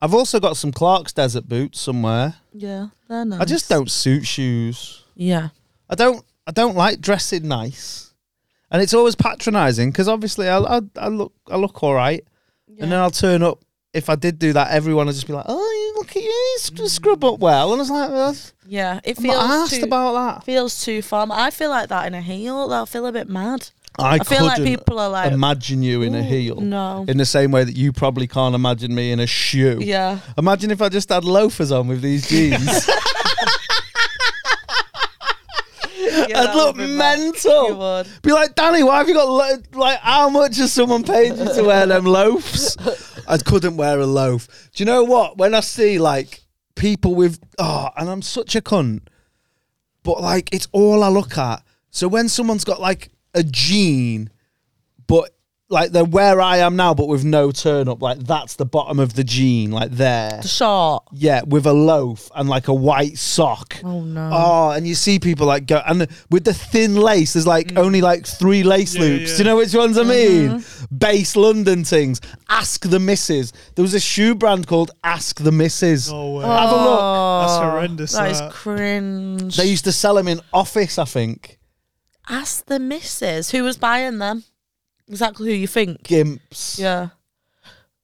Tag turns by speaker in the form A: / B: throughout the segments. A: I've also got some Clark's Desert boots somewhere.
B: Yeah, they're nice.
A: I just don't suit shoes.
B: Yeah.
A: I don't. I don't like dressing nice, and it's always patronising because obviously I, I, I look I look all right, and uh, then I'll turn up. If I did do that, everyone would just be like, "Oh, you look at you, you sc- scrub up well," and I was like, well,
B: yeah, it
A: "I'm not
B: Mm. feels
A: asked
B: too,
A: about that."
B: feels too formal. I feel like that in a heel. I feel a bit mad.
A: I,
B: I feel like
A: couldn't
B: people are like,
A: imagine you in a heel.
B: no.
A: In the same way that you probably can't imagine me in a shoe.
B: yeah,
A: Imagine if I just had loafers on with these jeans.
B: yeah
A: I'd
B: that
A: look
B: would be mad. You
A: mental.
B: would.
A: Be like, Danny, why have you got lo- like? How much has someone paid you to wear them loafs? I couldn't wear a loaf. Do you know what? When I see like people with oh, and I'm such a cunt, but like it's all I look at. So when someone's got like a jean, but like they're where I am now, but with no turn up, like that's the bottom of the jean, like there.
B: The short.
A: Yeah, with a loaf and like a white sock.
B: Oh, no.
A: Oh, and you see people like go and with the thin lace, there's like only like three lace
C: Yeah,
A: loops.
C: yeah.
A: Do you know which ones I mean? Base London things. Ask the Misses. There was a shoe brand called Ask the Misses.
C: No way.
A: Have a look.
C: That's
B: Oh,
C: horrendous,
B: That is
C: that.
B: cringe.
A: uh, They used to sell them in office, I think.
B: Ask the missus who was buying them. Exactly who you think.
A: Gimps.
B: Yeah.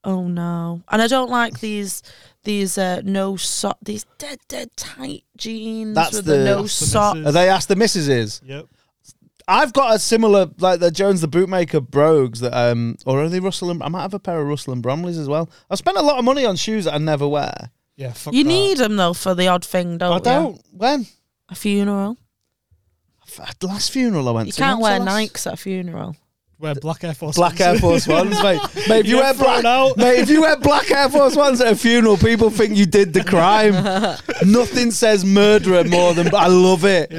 B: Oh no. And I don't like these these uh no sock these dead dead tight jeans
A: That's
B: with the,
A: the-
B: no
A: That's
C: the
B: sock.
C: missus.
A: Are they Ask the Misses is?
C: Yep.
A: I've got a similar like the Jones the Bootmaker brogues that um or are they Russell and I might have a pair of Russell and Bromleys as well. I spent a lot of money on shoes that I never wear.
C: Yeah. Fuck
B: You
C: that.
B: need them though for the odd thing, don't
A: I
B: you?
A: don't. When?
B: A funeral.
A: F- last funeral I went
B: You
A: to.
B: can't
A: when
B: wear
A: was the last-
B: Nikes at a funeral.
C: wear black Air Force.
A: Black
C: Ones.
A: Air Force Ones, mate. Mate, if you
C: You're
A: wear black,
C: thrown out.
A: mate, if you wear black Air Force Ones at a funeral, people think you did the crime. Nothing says murderer more than. I love it.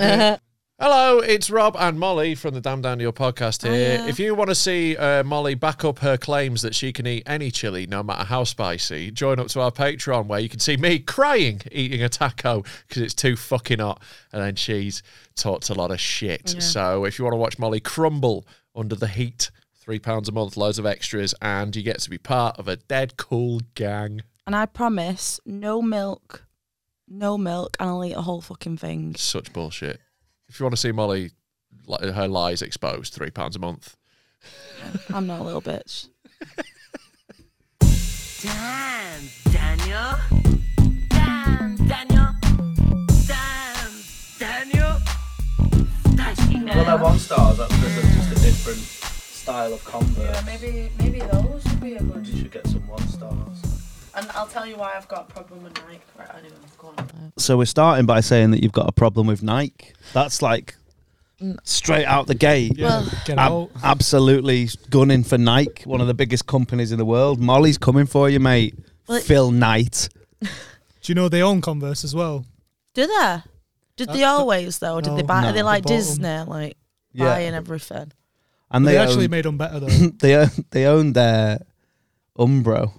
D: Hello, it's Rob and Molly from the Damn Down to Your podcast here.
B: Hiya.
D: If you want to see uh, Molly back up her claims that she can eat any chili, no matter how spicy, join up to our Patreon where you can see me crying eating a taco because it's too fucking hot. And then she's talked a lot of shit. So if you want to watch Molly crumble under the heat, three pounds a month, loads of extras, and you get to be part of a dead cool gang.
E: and I promise no milk, no milk, and I'll eat a whole fucking thing.
D: Such bullshit. If you want to see Molly, like, her lies exposed, three pounds a month.
E: I'm not a little bitch.
F: Damn, Daniel. Damn, Daniel. Damn, Daniel. Dashing
G: Well, they're
F: out.
G: one stars. That's just a, just a different style of convert.
B: Maybe maybe those would be a good
G: You should get some one stars.
B: and I'll tell you why I've got a problem with Nike. Right, anyway, go on.
A: So we're starting by saying that you've got a problem with Nike. That's like straight out the gate.
C: Yeah, get
A: Ab-
C: out.
A: absolutely gunning for Nike, one of the biggest companies in the world. Molly's coming for you, mate.
B: Well, it-
A: Phil Knight.
C: Do you know they own Converse as well?
B: Do they? Did they always though? Or did they
C: No.
B: buy?
A: Uh, No.
B: are they like
C: They bought 'em.
B: Disney, like
A: Yeah.
B: buying everything?
A: And
C: They,
A: they,
C: actually
A: own,
C: made them better though.
A: they own, they own their Umbro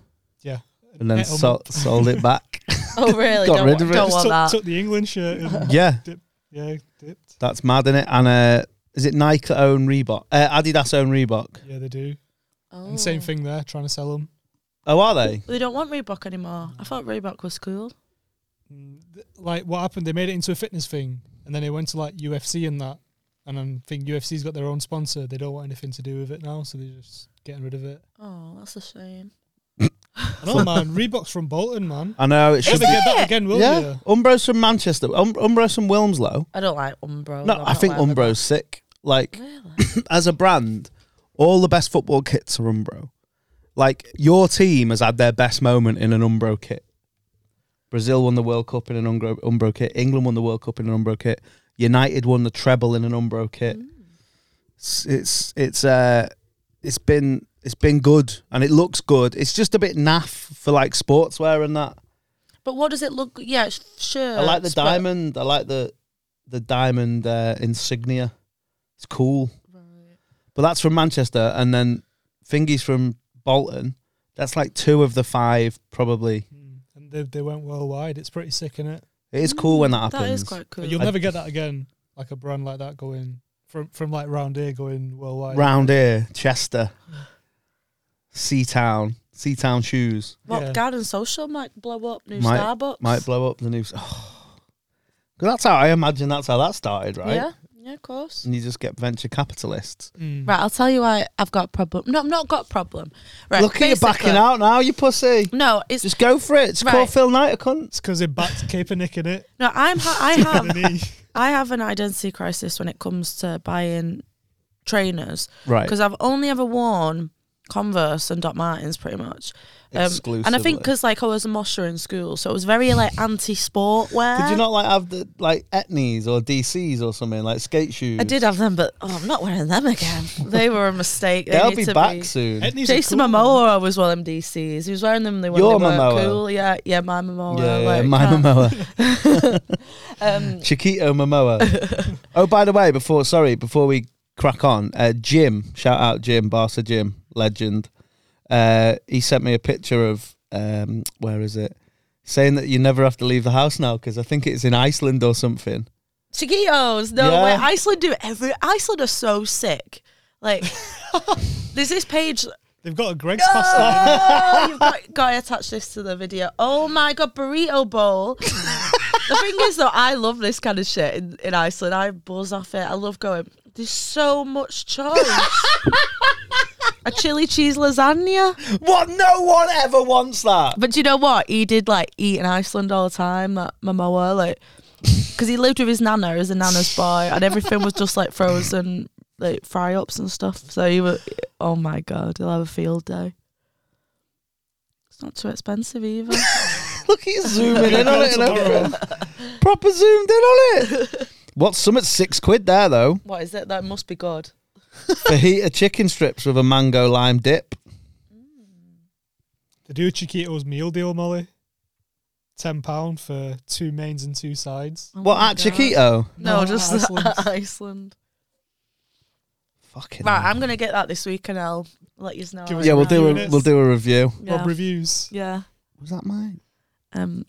C: yeah.
A: and then
C: Met 'em
A: sol-
C: up.
A: sold it back.
B: Oh really?
A: Got
B: don't
A: rid
B: wa-
A: of it.
B: don't
A: Just
B: want
C: Took,
B: that.
C: took the England shirt. And
A: yeah.
C: yeah, dipped.
A: That's mad, is it? And uh, is it Nike that own Reebok? Uh, Adidas own Reebok.
C: Yeah, they do. And
B: Oh.
C: same thing there, trying to sell them.
A: Oh, are they?
B: We don't want Reebok anymore. I thought Reebok was cool.
C: Mm, Like what happened? They made it into a fitness thing, and then they went to like UFC and that. And I think UFC's got their own sponsor. They don't want anything to do with it now, so they're just getting rid of it.
B: Oh, that's a shame.
C: I know, man. Reebok's from Bolton, man.
A: I know it should
C: Never
A: be.
C: get that again, will
A: Yeah,
C: you?
A: Umbro's from Manchester. Um, Umbro's from Wilmslow.
B: I don't Oh, like Umbro.
A: No, I think Umbro's sick. Like as a brand, all the best football kits are Umbro. Like your team has had their best moment in an Umbro kit. Brazil won the World Cup in an Umbro, Umbro kit. England won the World Cup in an Umbro kit. United won the treble in an Umbro kit. It's it's it's uh it's been it's been good and it looks good. It's just a bit naff for like sportswear and that.
B: But what does it look? Yeah, it's sure.
A: I like the diamond. I like the the diamond uh, insignia. It's cool. But that's from Manchester, and then Fingy's from Bolton. That's like two of the five, probably.
C: Mm, And they, they went worldwide. It's pretty sick, innit?
A: It is cool when that happens.
B: Mm, That is quite cool.
C: You'll
A: I-
C: never get that again. Like a brand like that going from from like round here going worldwide.
A: Round here, Chester, Sea Town, Seatown shoes
B: What
C: Yeah.
B: garden social might blow up? New
A: Might-
B: Starbucks
A: might blow up the news. Oh. 'Cause that's how I imagine that's how that started, right?
B: Yeah, yeah, of course.
A: And you just get venture capitalists.
C: Mm.
B: Right, I'll tell you why I've got a problem. No, I've not got a problem. Right,
A: Look at you backing
B: basically-
A: out now, you pussy.
B: No, it's
A: Just go for it. It's called
B: Right.
A: Phil Knight a cunt.
C: It's because they backed Kaepernick in it.
B: no. I'm ha- I have
C: Didn't he?
B: I have an identity crisis when it comes to buying trainers
A: Right.
B: because I've only ever worn Converse and Doc Martens pretty much. Um, and I think
A: Exclusively.
B: because like I was a mosher in school, so it was very like anti-sport wear.
A: Did you not like have the like etnies or DCs or something like skate shoes?
B: I did have them, but oh, I'm not wearing them again. they were a mistake. They
A: They'll
B: need
A: be
B: to
A: back
B: be-
A: soon.
C: Etnies are
B: Jason
C: cool.
B: Momoa was one of them DCs. He was wearing them. They were,
A: Your
B: they
A: Momoa.
B: were cool. Yeah, yeah, my Momoa.
A: yeah, yeah,
B: like, um,
A: my
B: can't-
A: Momoa, Chiquito Momoa. oh, by the way, before sorry, before we crack on, uh, Jim, shout out Jim, Barca Jim, legend. Uh, he sent me a picture of um, where is it? Saying that you never have to leave the house now because I think it's in Iceland or something.
B: Chiquitos. No
A: Yeah.
B: way. Iceland do every. Iceland are so sick. Like, there's this page.
C: They've got a Greg's pasta.
B: Oh, you've got, got to attach this to the video. Oh my god, burrito bowl. the thing is, though, I love this kind of shit in, in Iceland. I buzz off it. I love going. There's so much choice. a chili cheese lasagna.
A: What? No one ever wants that.
B: But do you know what? He did like eat in Iceland all the time, that Momoa, like, because he lived with his nana as a nana's boy, and everything was just like frozen, like fry ups and stuff. So he was, oh my god, he'll have a field day. It's not too expensive either.
A: Look, he's zooming in on it. and everything. Proper zoomed in on it. What's some at six quid there though?
B: what is it? That must be good.
A: Fajita chicken strips with a mango lime dip.
C: They do a Chiquitos meal deal, Molly. Ten pound for two mains and two sides.
B: Oh
A: What
B: my
A: at
B: God.
A: Chiquito?
B: No,
C: No,
B: just
C: Iceland.
B: Iceland. Iceland.
A: Fucking
B: Right,
A: hell.
B: I'm gonna get that this week, and I'll let you know.
C: Give
B: how
C: us
B: it
A: yeah, we'll
B: went.
A: do a
C: Units.
A: we'll do a review.
B: Yeah.
C: Rob reviews.
B: yeah.
A: Was that mine?
B: Um,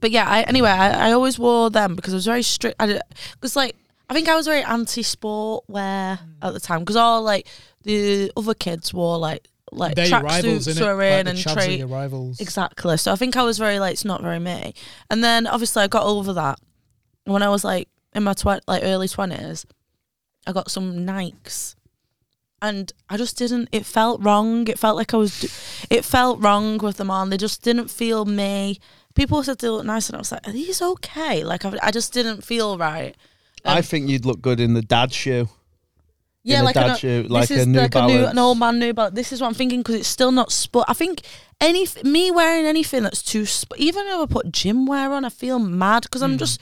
B: but yeah, I, anyway, I, I always wore them because I was very strict. Because like, I think I was very anti-sport wear at the time because all like the other kids wore like like
C: They're your rivals,
B: tracksuits
C: innit?
B: were
C: Like,
B: in
C: the
B: and
C: Chavs are
B: trade.
C: your rivals.
B: Exactly. So I think I was very like, it's not very me. And then obviously I got over that when I was like in my tw- like early twenties. I got some Nikes, and I just didn't. It felt wrong. It felt like I was. Do- it felt wrong with them on. They just didn't feel me. People said they look nice, and I was like, are these okay? Like I, I just didn't feel right. Um,
A: I think you'd look good in the dad shoe. a
B: Yeah, like
A: dad
B: an,
A: shoe,
B: this
A: uh, like a
B: is
A: New
B: like a new,
A: Balance.
B: an old man New Balance. This is what I'm thinking because it's still not sport. I think any me wearing anything that's too sp- even if I put gym wear on, I feel mad because
A: Hmm.
B: I'm just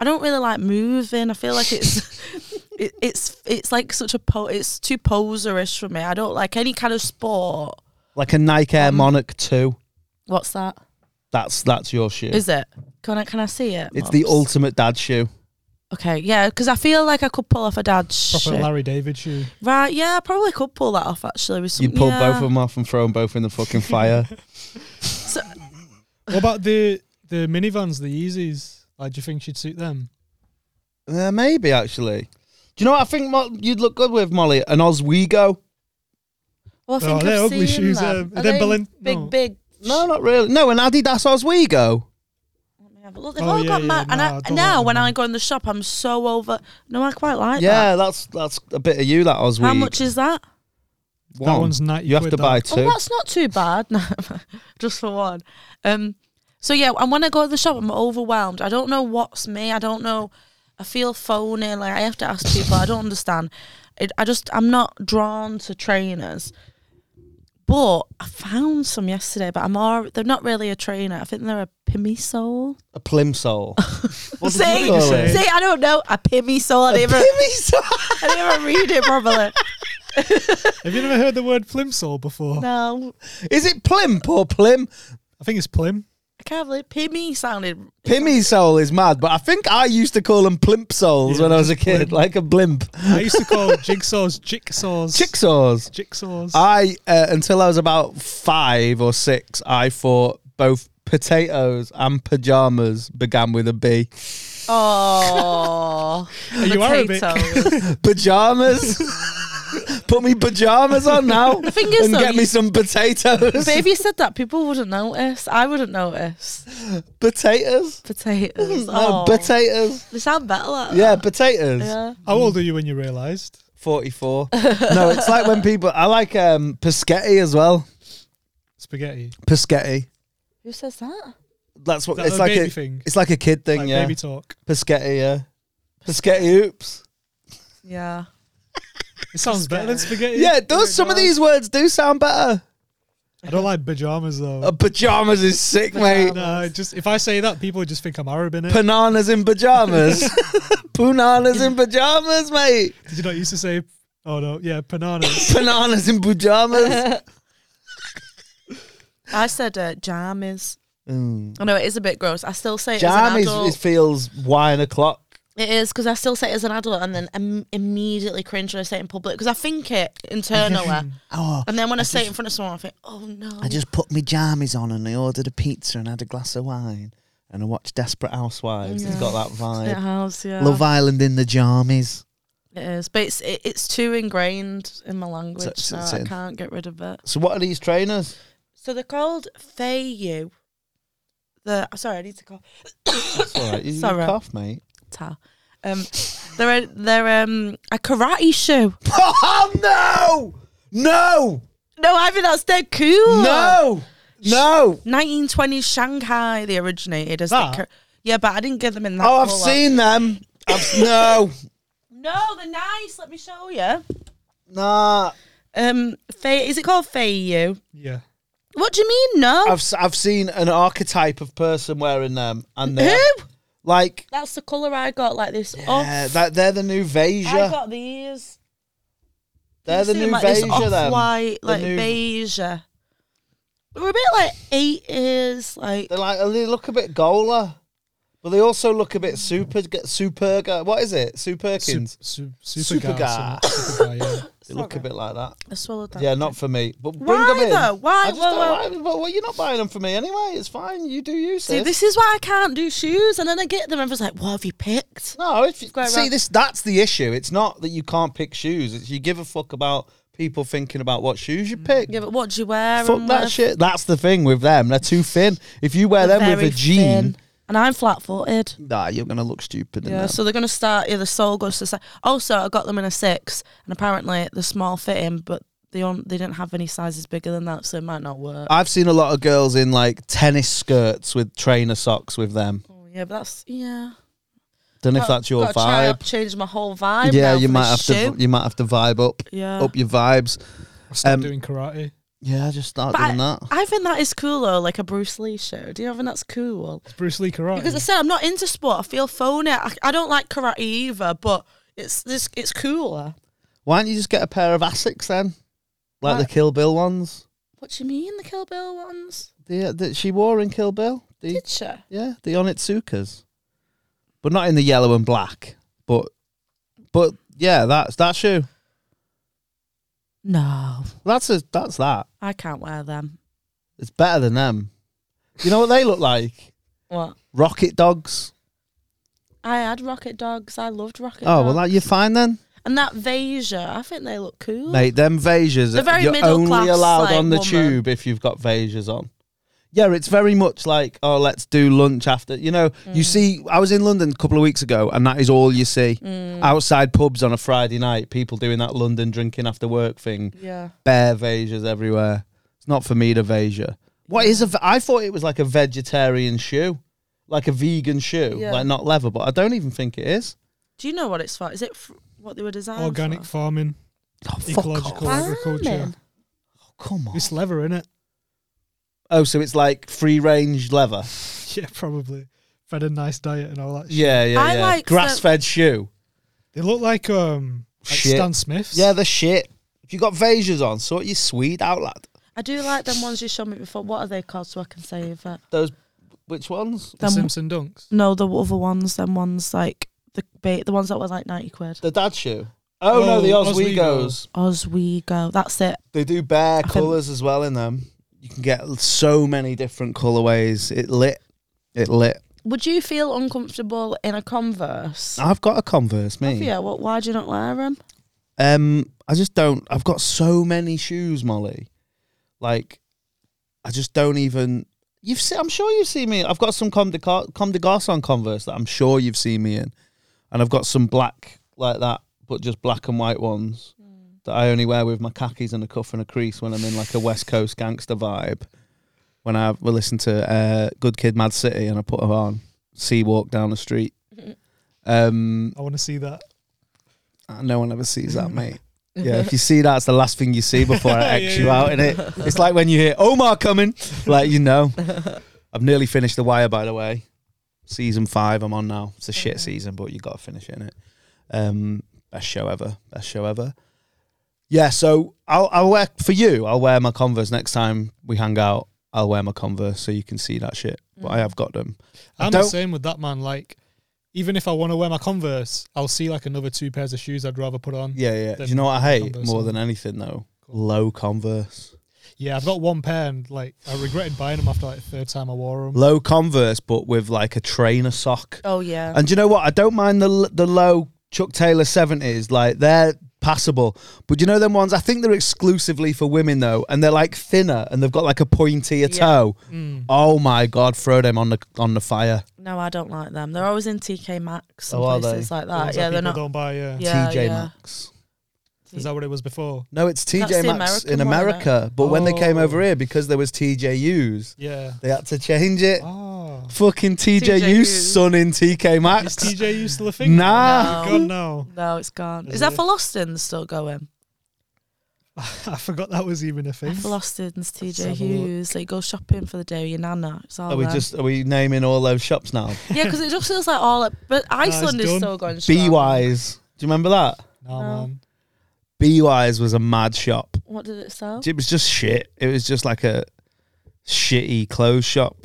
B: I don't really like moving. I feel like it's it, it's it's like such a po- it's too poserish for me. I don't like any kind of sport.
A: Like a Nike
B: Um,
A: Air Monarch 2.
B: What's that?
A: That's that's your shoe.
B: Is it? Can I can I see it?
A: It's the
B: Mobs?
A: ultimate dad shoe.
B: Okay, yeah, because I feel like I could pull off a dad's
C: Proper
B: shoe.
C: Larry David shoe.
B: Right, yeah, I probably could pull that off actually. With some,
A: You'd pull
B: yeah.
A: both of them off and throw them both in the fucking fire.
C: What about the the minivans, the Yeezys? Like, do you think she'd suit them?
A: uh, maybe actually. Do you know what I think Mo- you'd look good with Molly? An Oswego?
B: Well, I
C: Oh,
B: think
C: they're
B: I've
C: ugly
B: seen
C: shoes,
B: them.
C: um,
B: Are
C: they're
B: they
C: Berlin-
B: big,
C: no.
B: big.
A: No, not really. No, an Adidas Oswego.
B: Yeah, but look, they've
C: Oh,
B: all
C: yeah,
B: got
C: yeah,
B: mad. and
C: no,
B: I,
C: I don't
B: and now
C: like
B: when
C: them.
B: I go in the shop, I'm so over. No, I quite like that.
A: Yeah, that's that's a bit of you. That Oswego.
B: How much is that?
A: One.
C: That one's 90
A: You have
C: quid,
A: to
C: that.
A: buy two.
B: Oh, that's not too bad. No, just for one. Um, so yeah, and when I go to the shop, I'm overwhelmed. I don't know what's me. I don't know. I feel phony. Like I have to ask people. I don't understand. It, I just I'm not drawn to trainers. But I found some yesterday, but I'm all, they're not really a trainer. I think they're a Pimisole.
A: a plimsoll. What did
B: See,
A: you call it?
B: see, I don't know. A Pimisole. I didn't even- I didn't even read it properly.
C: Have you never heard the word plimsoll before?
B: No,
A: Is it plimp or plim?
C: I think it's plim.
B: I can't believe Pimmy sounded
A: Pimmy soul is mad, but I think I used to call them plimp souls
C: Yeah,
A: when I was a
C: just
A: kid,
C: plimp.
A: like a blimp.
C: I used to call jigsaws jigsaws.
A: Chicksaws.
C: Jigsaws.
A: I uh, until I was about five or six, I thought both potatoes and pajamas began with a B.
B: Oh,
C: you Arabic?
B: potatoes.
A: Pajamas, Put me pajamas on now
B: The thing is,
A: and
B: though,
A: get me
B: you-
A: some potatoes.
B: but if you said that, people wouldn't notice. I wouldn't notice.
A: Potatoes?
B: Potatoes.
A: No, uh,
B: Oh,
A: potatoes.
B: They sound better. Like that.
A: Yeah, potatoes.
B: Yeah.
C: How old are you when you realised?
A: 44. no, it's like when people I like um Paschetti as well.
C: Spaghetti.
A: Paschetti.
B: Who says that?
A: That's what
C: Is that
A: it's
C: a
A: like
C: baby
A: a
C: thing?
A: it's like a kid thing,
C: Like
A: yeah.
C: baby talk.
A: Paschetti, yeah. Paschetti oops.
B: Yeah.
C: It sounds better than spaghetti.
A: Yeah, it does. Some of these words do sound better.
C: I don't like pajamas though.
A: Uh, pajamas is sick, mate.
C: no, it just if I say that, people would just think I'm Arab in it.
A: Pananas in pajamas. Punanas in pajamas, mate.
C: Did you not used to say? Oh no, yeah, bananas.
A: Bananas in pajamas.
B: I said uh, jam is.
A: Mm.
B: I know it is a bit gross. I still say it
A: Jam
B: as an
A: is,
B: adult.
A: it feels wine o'clock.
B: It is because I still say it as an adult, and then Im- immediately cringe when I say it in public because I think it internally,
A: Oh,
B: and then when I, say it in front of someone, I think, "Oh no!"
A: I just put my jammies on and I ordered a pizza and had a glass of wine and I watched Desperate Housewives. It's got that vibe.
B: it has, yeah,
A: Love Island in the jammies.
B: it is, but it's it, it's too ingrained in my language,
A: it's-
B: so
A: it's
B: I
A: in.
B: can't get rid of it.
A: So what are these trainers?
B: So they're called Feiyu. The oh, sorry, I need to call
A: That's all right. You, you
B: It's all right.
A: cough, mate.
B: Ta. Um, they're a, they're um a karate shoe.
A: Oh no! No!
B: No, I think that's dead cool. Oh.
A: No! No!
B: 1920s Shanghai. They originated as the
C: That?
B: kar- yeah, but I didn't get them in that.
A: Oh, I've
B: colour.
A: seen them. I've, no,
B: No, they're nice. Let me show you.
A: nah.
B: Um, Fei, is it called Fei You?
C: yeah,
B: What do you mean? No,
A: I've s- I've seen an archetype of person wearing them, and they're
B: who?
A: like
B: That's the color I got. Like this.
A: yeah,
B: off.
A: that they're the new
B: I
A: Veja.
B: got these.
A: They're the
B: Seen
A: new
B: like this
A: Veja. Them.
B: off-white,
A: The
B: like
A: new-
B: beige. We're a bit like eighties, like
A: They're like they look a bit Gola, but they also look a bit super superga. What is it? Superkins.
C: Su- su- super
A: Superga.
C: guy. Super guy. Yeah.
A: They look a bit like that.
B: I swallowed that.
A: Yeah, not for me. But bring
B: Why
A: them in.
B: though? Why?
A: I just
B: Whoa, whoa.
A: don't like- well, well, you're not buying them for me anyway. It's fine. You do you.
B: See,
A: sis.
B: this is why I can't do shoes, and then I get them, and everyone's like, "What have you picked?"
A: No, if you,
B: Square
A: see
B: up.
A: this, that's the issue. It's not that you can't pick shoes. It's you give a fuck about people thinking about what shoes you pick.
B: Yeah, but what do you wear?
A: fuck
B: and
A: that
B: where-
A: shit. That's the thing with them. They're too thin. If you wear
B: They're
A: them with
B: very
A: a jean,
B: thin. and I'm flat-footed.
A: nah, you're gonna look stupid. in
B: Yeah,
A: them.
B: so they're gonna start. Yeah, the sole goes to the side. Also, I got them in a six, and apparently the small fitting, but they don't they didn't have any sizes bigger than that, so it might not work.
A: I've seen a lot of girls in like tennis skirts with trainer socks with them.
B: Oh, yeah, but that's yeah.
A: Don't know if
B: Got-
A: that's your
B: gotta try
A: vibe.
B: out- change my whole vibe.
A: yeah,
B: now
A: you
B: for
A: might have
B: this
A: to.
B: shoe.
A: You might have to vibe up,
B: yeah.
A: up your vibes.
C: I stopped
A: Um,
C: doing karate.
A: Yeah, just start
B: But
A: doing that.
B: I think that is cool though, like a Bruce Lee show. Do you think that's cool?
C: It's Bruce Lee karate.
B: Because I said I'm not into sport. I feel phony. I, I don't like karate either, but it's this it's cooler.
A: Why don't you just get a pair of Asics then, like the Kill Bill ones?
B: What do you mean the Kill Bill ones?
A: The, the she wore in Kill Bill. The,
B: Did she?
A: Yeah, the Onitsukas, but not in the yellow and black. But but yeah, that's that shoe.
B: No,
A: That's a that's that.
B: I can't wear them.
A: It's better than them. You know what they look like?
B: What?
A: Rocket dogs.
B: I had rocket dogs. I loved rocket
A: Oh
B: dogs.
A: well, that you're fine then,
B: and that Vasia, I think they look cool.
A: mate. Them Vasias.
B: They're Mm. very
A: you're
B: middle
A: only
B: class,
A: allowed
B: like,
A: on the
B: woman.
A: tube if you've got Vasias on. Yeah, it's very much like oh, let's do lunch after. You know, you
B: Mm.
A: see, I was in London a couple of weeks ago, and that is all you see.
B: Mm.
A: outside pubs on a Friday night, people doing that London drinking after work thing.
B: Yeah.
A: Bare Vasias everywhere. It's not for me to Vasia. What is a? ve- I thought it was like a vegetarian shoe, like a vegan shoe,
B: Yeah.
A: like not leather, but I don't even think it is.
B: Do you know what it's for? Is it f- what they were designed
C: Organic
B: for?
C: farming,
A: Oh, fuck off.
C: ecological agriculture.
B: Farming.
A: Come on.
C: It's leather, in it?
A: Oh, so it's like free range leather.
C: Yeah, probably. Fed a nice diet and all that. Shit.
A: Yeah, yeah,
B: I
A: yeah.
B: like the-
A: Grass fed shoe.
C: They look like um like
A: Shit.
C: Stan Smiths.
A: Yeah, the shit. If you got Vasias on, sort your sweet out, lad.
B: I do like them ones you showed me before. What are they called so I can save it?
A: Those, which ones?
C: the
B: Them-
C: Simpson dunks.
B: No, the other ones, them ones like the ba- the ones that were like 90 quid.
A: The dad shoe. Oh, no,
C: Oh,
A: the
C: Oswego.
A: Oswego's.
B: Os we go. That's it.
A: They do bare
B: think-
A: colours as well in them. You can get so many different colourways. It lit. It lit.
B: Would you feel uncomfortable in a Converse?
A: I've got a Converse, mate.
B: Yeah, what, why do you not wear them?
A: Um, I just don't. I've got so many shoes, Molly. Like, I just don't even. You've seen. I'm sure you've seen me. I've got some Comme des, Gar- Comme des Garçons Converse that I'm sure you've seen me in, and I've got some black like that, but just black and white ones that I only wear with my khakis and a cuff and a crease when I'm in like a West Coast gangster vibe. When I will listen to uh, Good Kid, Mad City, and I put them on, see walk down the street. Um,
C: I want to see that.
A: uh, No one ever sees
C: Mm.
A: that, mate. Yeah, if you see that, it's the last thing you see before I X
C: Yeah,
A: you
C: yeah.
A: out in it. It's like when you hear Omar coming, like you know. I've nearly finished The Wire, by the way. Season five, I'm on now. It's a shit season, but you got to finish it, innit? Um, best show ever. Best show ever. Yeah, so I'll I'll wear for you. I'll wear my Converse next time we hang out. I'll wear my Converse so you can see that shit. But
C: Mm.
A: I have got them. I
C: I'm the
A: don't-
C: same with that man. Like, even if I want to wear my Converse, I'll see like another two pairs of shoes I'd rather put on. Yeah,
A: Yeah, yeah. Do
C: Then
A: you know what I hate
C: Converse,
A: more
C: yeah.
A: than anything though? Low Converse.
C: I've got one pair, and like I regretted buying them after like the third time I wore them.
A: low Converse, but with like a trainer sock.
B: Oh yeah.
A: And do you know what? I don't mind the l- the low Chuck Taylor seventies. Like they're passable, but do you know them ones. I think they're exclusively for women though, and they're like thinner and they've got like a pointier
B: Yeah.
A: toe.
B: Ah,
C: Mm.
A: Oh my god! Throw them on the on the fire.
B: no, I don't like them. They're always in TK Maxx and
A: Oh, are
B: places
A: they?
B: like
C: The
B: that.
C: ones
B: Yeah,
C: that
B: they're
C: people
B: not.
C: Don't buy. Yeah.
B: Yeah,
A: TJ
B: yeah.
A: Maxx.
C: Is that what it was before?
A: No, it's TJ
B: That's the
A: Maxx
B: American
A: in
B: one, isn't it?
A: America. But when they came
C: Oh.
A: over here, because there was TJUs,
C: Yeah.
A: they had to change it.
C: Oh.
A: Fucking TJU's
B: TJUs.
A: son in TK
C: Is
A: Maxx.
C: TJ still a thing?
A: Nah.
B: No.
C: God no.
B: No, it's gone.
C: Is
B: Is that
C: it?
B: for Loston's still going?
C: I forgot that was even a thing.
B: For Loston's, TJ
C: have a look.
B: Hughes. They go shopping for the day with your nana. It's all
A: Are Oh, we
B: them.
A: just are we naming all those shops now?
B: Yeah, because it just feels like all. Up, but Iceland is
C: done.
B: still going.
A: Be
B: strong.
A: wise. Do you remember that?
C: Nah,
B: No.
C: man.
A: Be wise was a mad shop.
B: What did it sell?
A: It was just shit. It was just like a shitty clothes shop.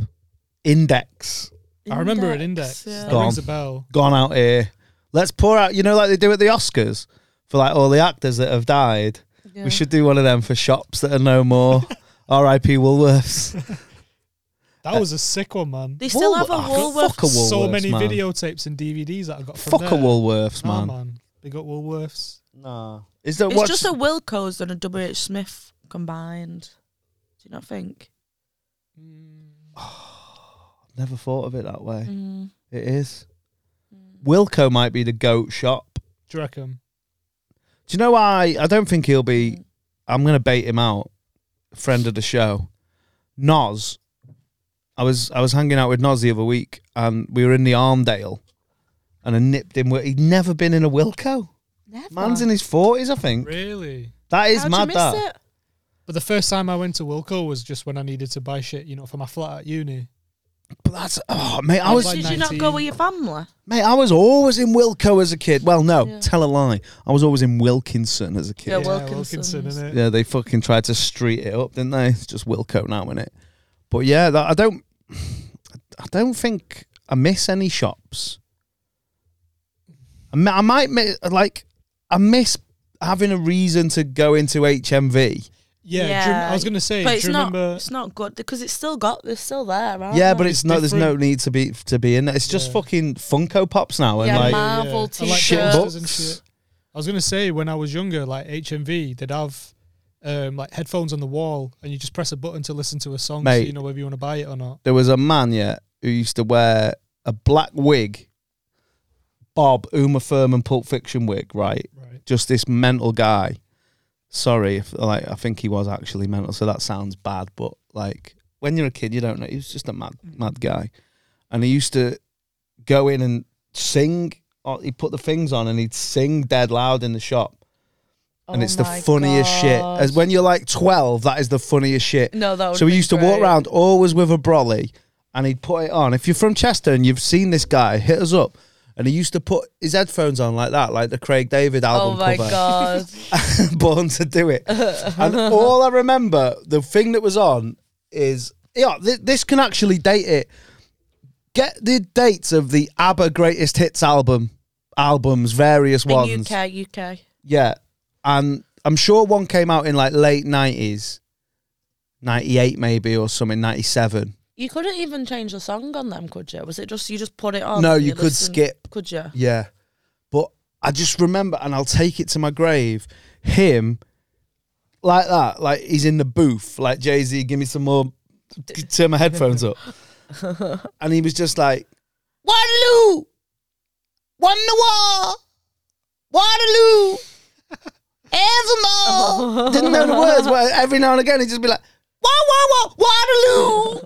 A: Index
C: I remember an index.
B: yeah.
C: That rings
A: Gone.
C: a bell.
A: gone out here. Let's pour out. You know, like they do at the Oscars for like all the actors that have died.
B: Yeah.
A: We should do one of them for shops that are no more. R.I.P. Woolworths.
C: That was a sick one, man.
B: They still have a
A: Woolworths.
B: Woolworths.
A: Fuck a Woolworths.
C: so many
A: man.
C: videotapes and DVDs that I got from
A: Fuck a
C: there.
A: Woolworths,
C: Nah,
A: man.
C: man. They got Woolworths.
A: Nah. Is there
B: It's
A: what's-
B: just a Wilco's and a WH Smith combined. Do you not think?
A: Never thought of it that way.
B: Mm.
A: It is. Wilco might be the goat shop.
C: Do you reckon?
A: Do you know why? I don't think he'll be. I'm going to bait him out. Friend of the show, Noz. I was I was hanging out with Noz the other week, and we were in the Armdale, and I nipped him. with- He'd never been in a Wilco.
B: Never.
A: Man's in his forties, I think.
C: Really?
A: That is
B: How'd you
A: mad.
B: miss
A: That
B: it?
C: But the first time I went to Wilco was just when I needed to buy shit, you know, for my flat at uni.
A: but that's oh mate. I was
C: Like
B: Did you not go
C: 19.
B: with your family?
A: mate. I was always in Wilco as a kid. Well, no,
B: Yeah.
A: tell a lie. I was always in Wilkinson as a kid.
B: Yeah,
C: Wilkinson,
B: Wilkinson's.
C: innit?
A: Yeah, they fucking tried to street it up, didn't they? It's just Wilco now, is it? But yeah, that, I don't, I don't think I miss any shops. I, mi- I might miss, like, I miss having a reason to go into HMV.
C: Yeah, do you rem- I was gonna say.
B: but
C: do
B: it's
C: you
B: not.
C: remember?
B: It's not good because it's still got. They're still there. aren't
A: yeah,
B: they?
A: but it's,
C: It's
A: no, there's no
C: different.
A: need to be to be in. it. It's just
C: Yeah.
A: fucking Funko Pops now, and
B: Yeah,
A: like,
B: man. Marvel
C: I like
A: t-shirts.
C: posters and
A: Books.
C: shit. I was gonna say when I was younger, like HMV, they'd have um, like headphones on the wall, and you just press a button to listen to a song, so
A: Mate.
C: you know whether you want to buy it or not.
A: there was a man yeah who used to wear a black wig, Bob Uma Thurman Pulp Fiction wig, right?
C: Right.
A: just this mental guy. Sorry, if like I think he was actually mental, so that sounds bad. But like when you're a kid, you don't know. He was just a mad, mad guy, and he used to go in and sing. Or he'd put the things on and he'd sing dead loud in the shop, and
B: Oh
A: it's the
B: my
A: funniest shit.
B: God.
A: As when you're like twelve, that is the funniest shit.
B: No, that. would
A: So we
B: be
A: used to
B: great.
A: walk around always with a brolly and he'd put it on. If you're from Chester and you've seen this guy, hit us up. And he used to put his headphones on like that, like the Craig David
B: Oh
A: album
B: my
A: cover.
B: god.
A: Born to do it. and all I remember, the thing that was on is yeah, th- this can actually date it. Get the dates of the ABBA Greatest Hits album, albums, various
B: In
A: ones.
B: UK, UK.
A: Yeah. And I'm sure one came out in like late 90s, 98 maybe, or something, 97.
B: You couldn't even change the song on them, could you? Was it just you just put it on?
A: no,
B: and
A: you could
B: listened-
A: skip.
B: Could you?
A: Yeah. But I just remember, and I'll take it to my grave. Him, like that, like he's in the booth, like Jay Z, give me some more, turn my headphones up, and he was just like Waterloo, Wonderwall, Waterloo, Evermore. Didn't know the words, but every now and again he'd just be like, Wah wah wah, Waterloo.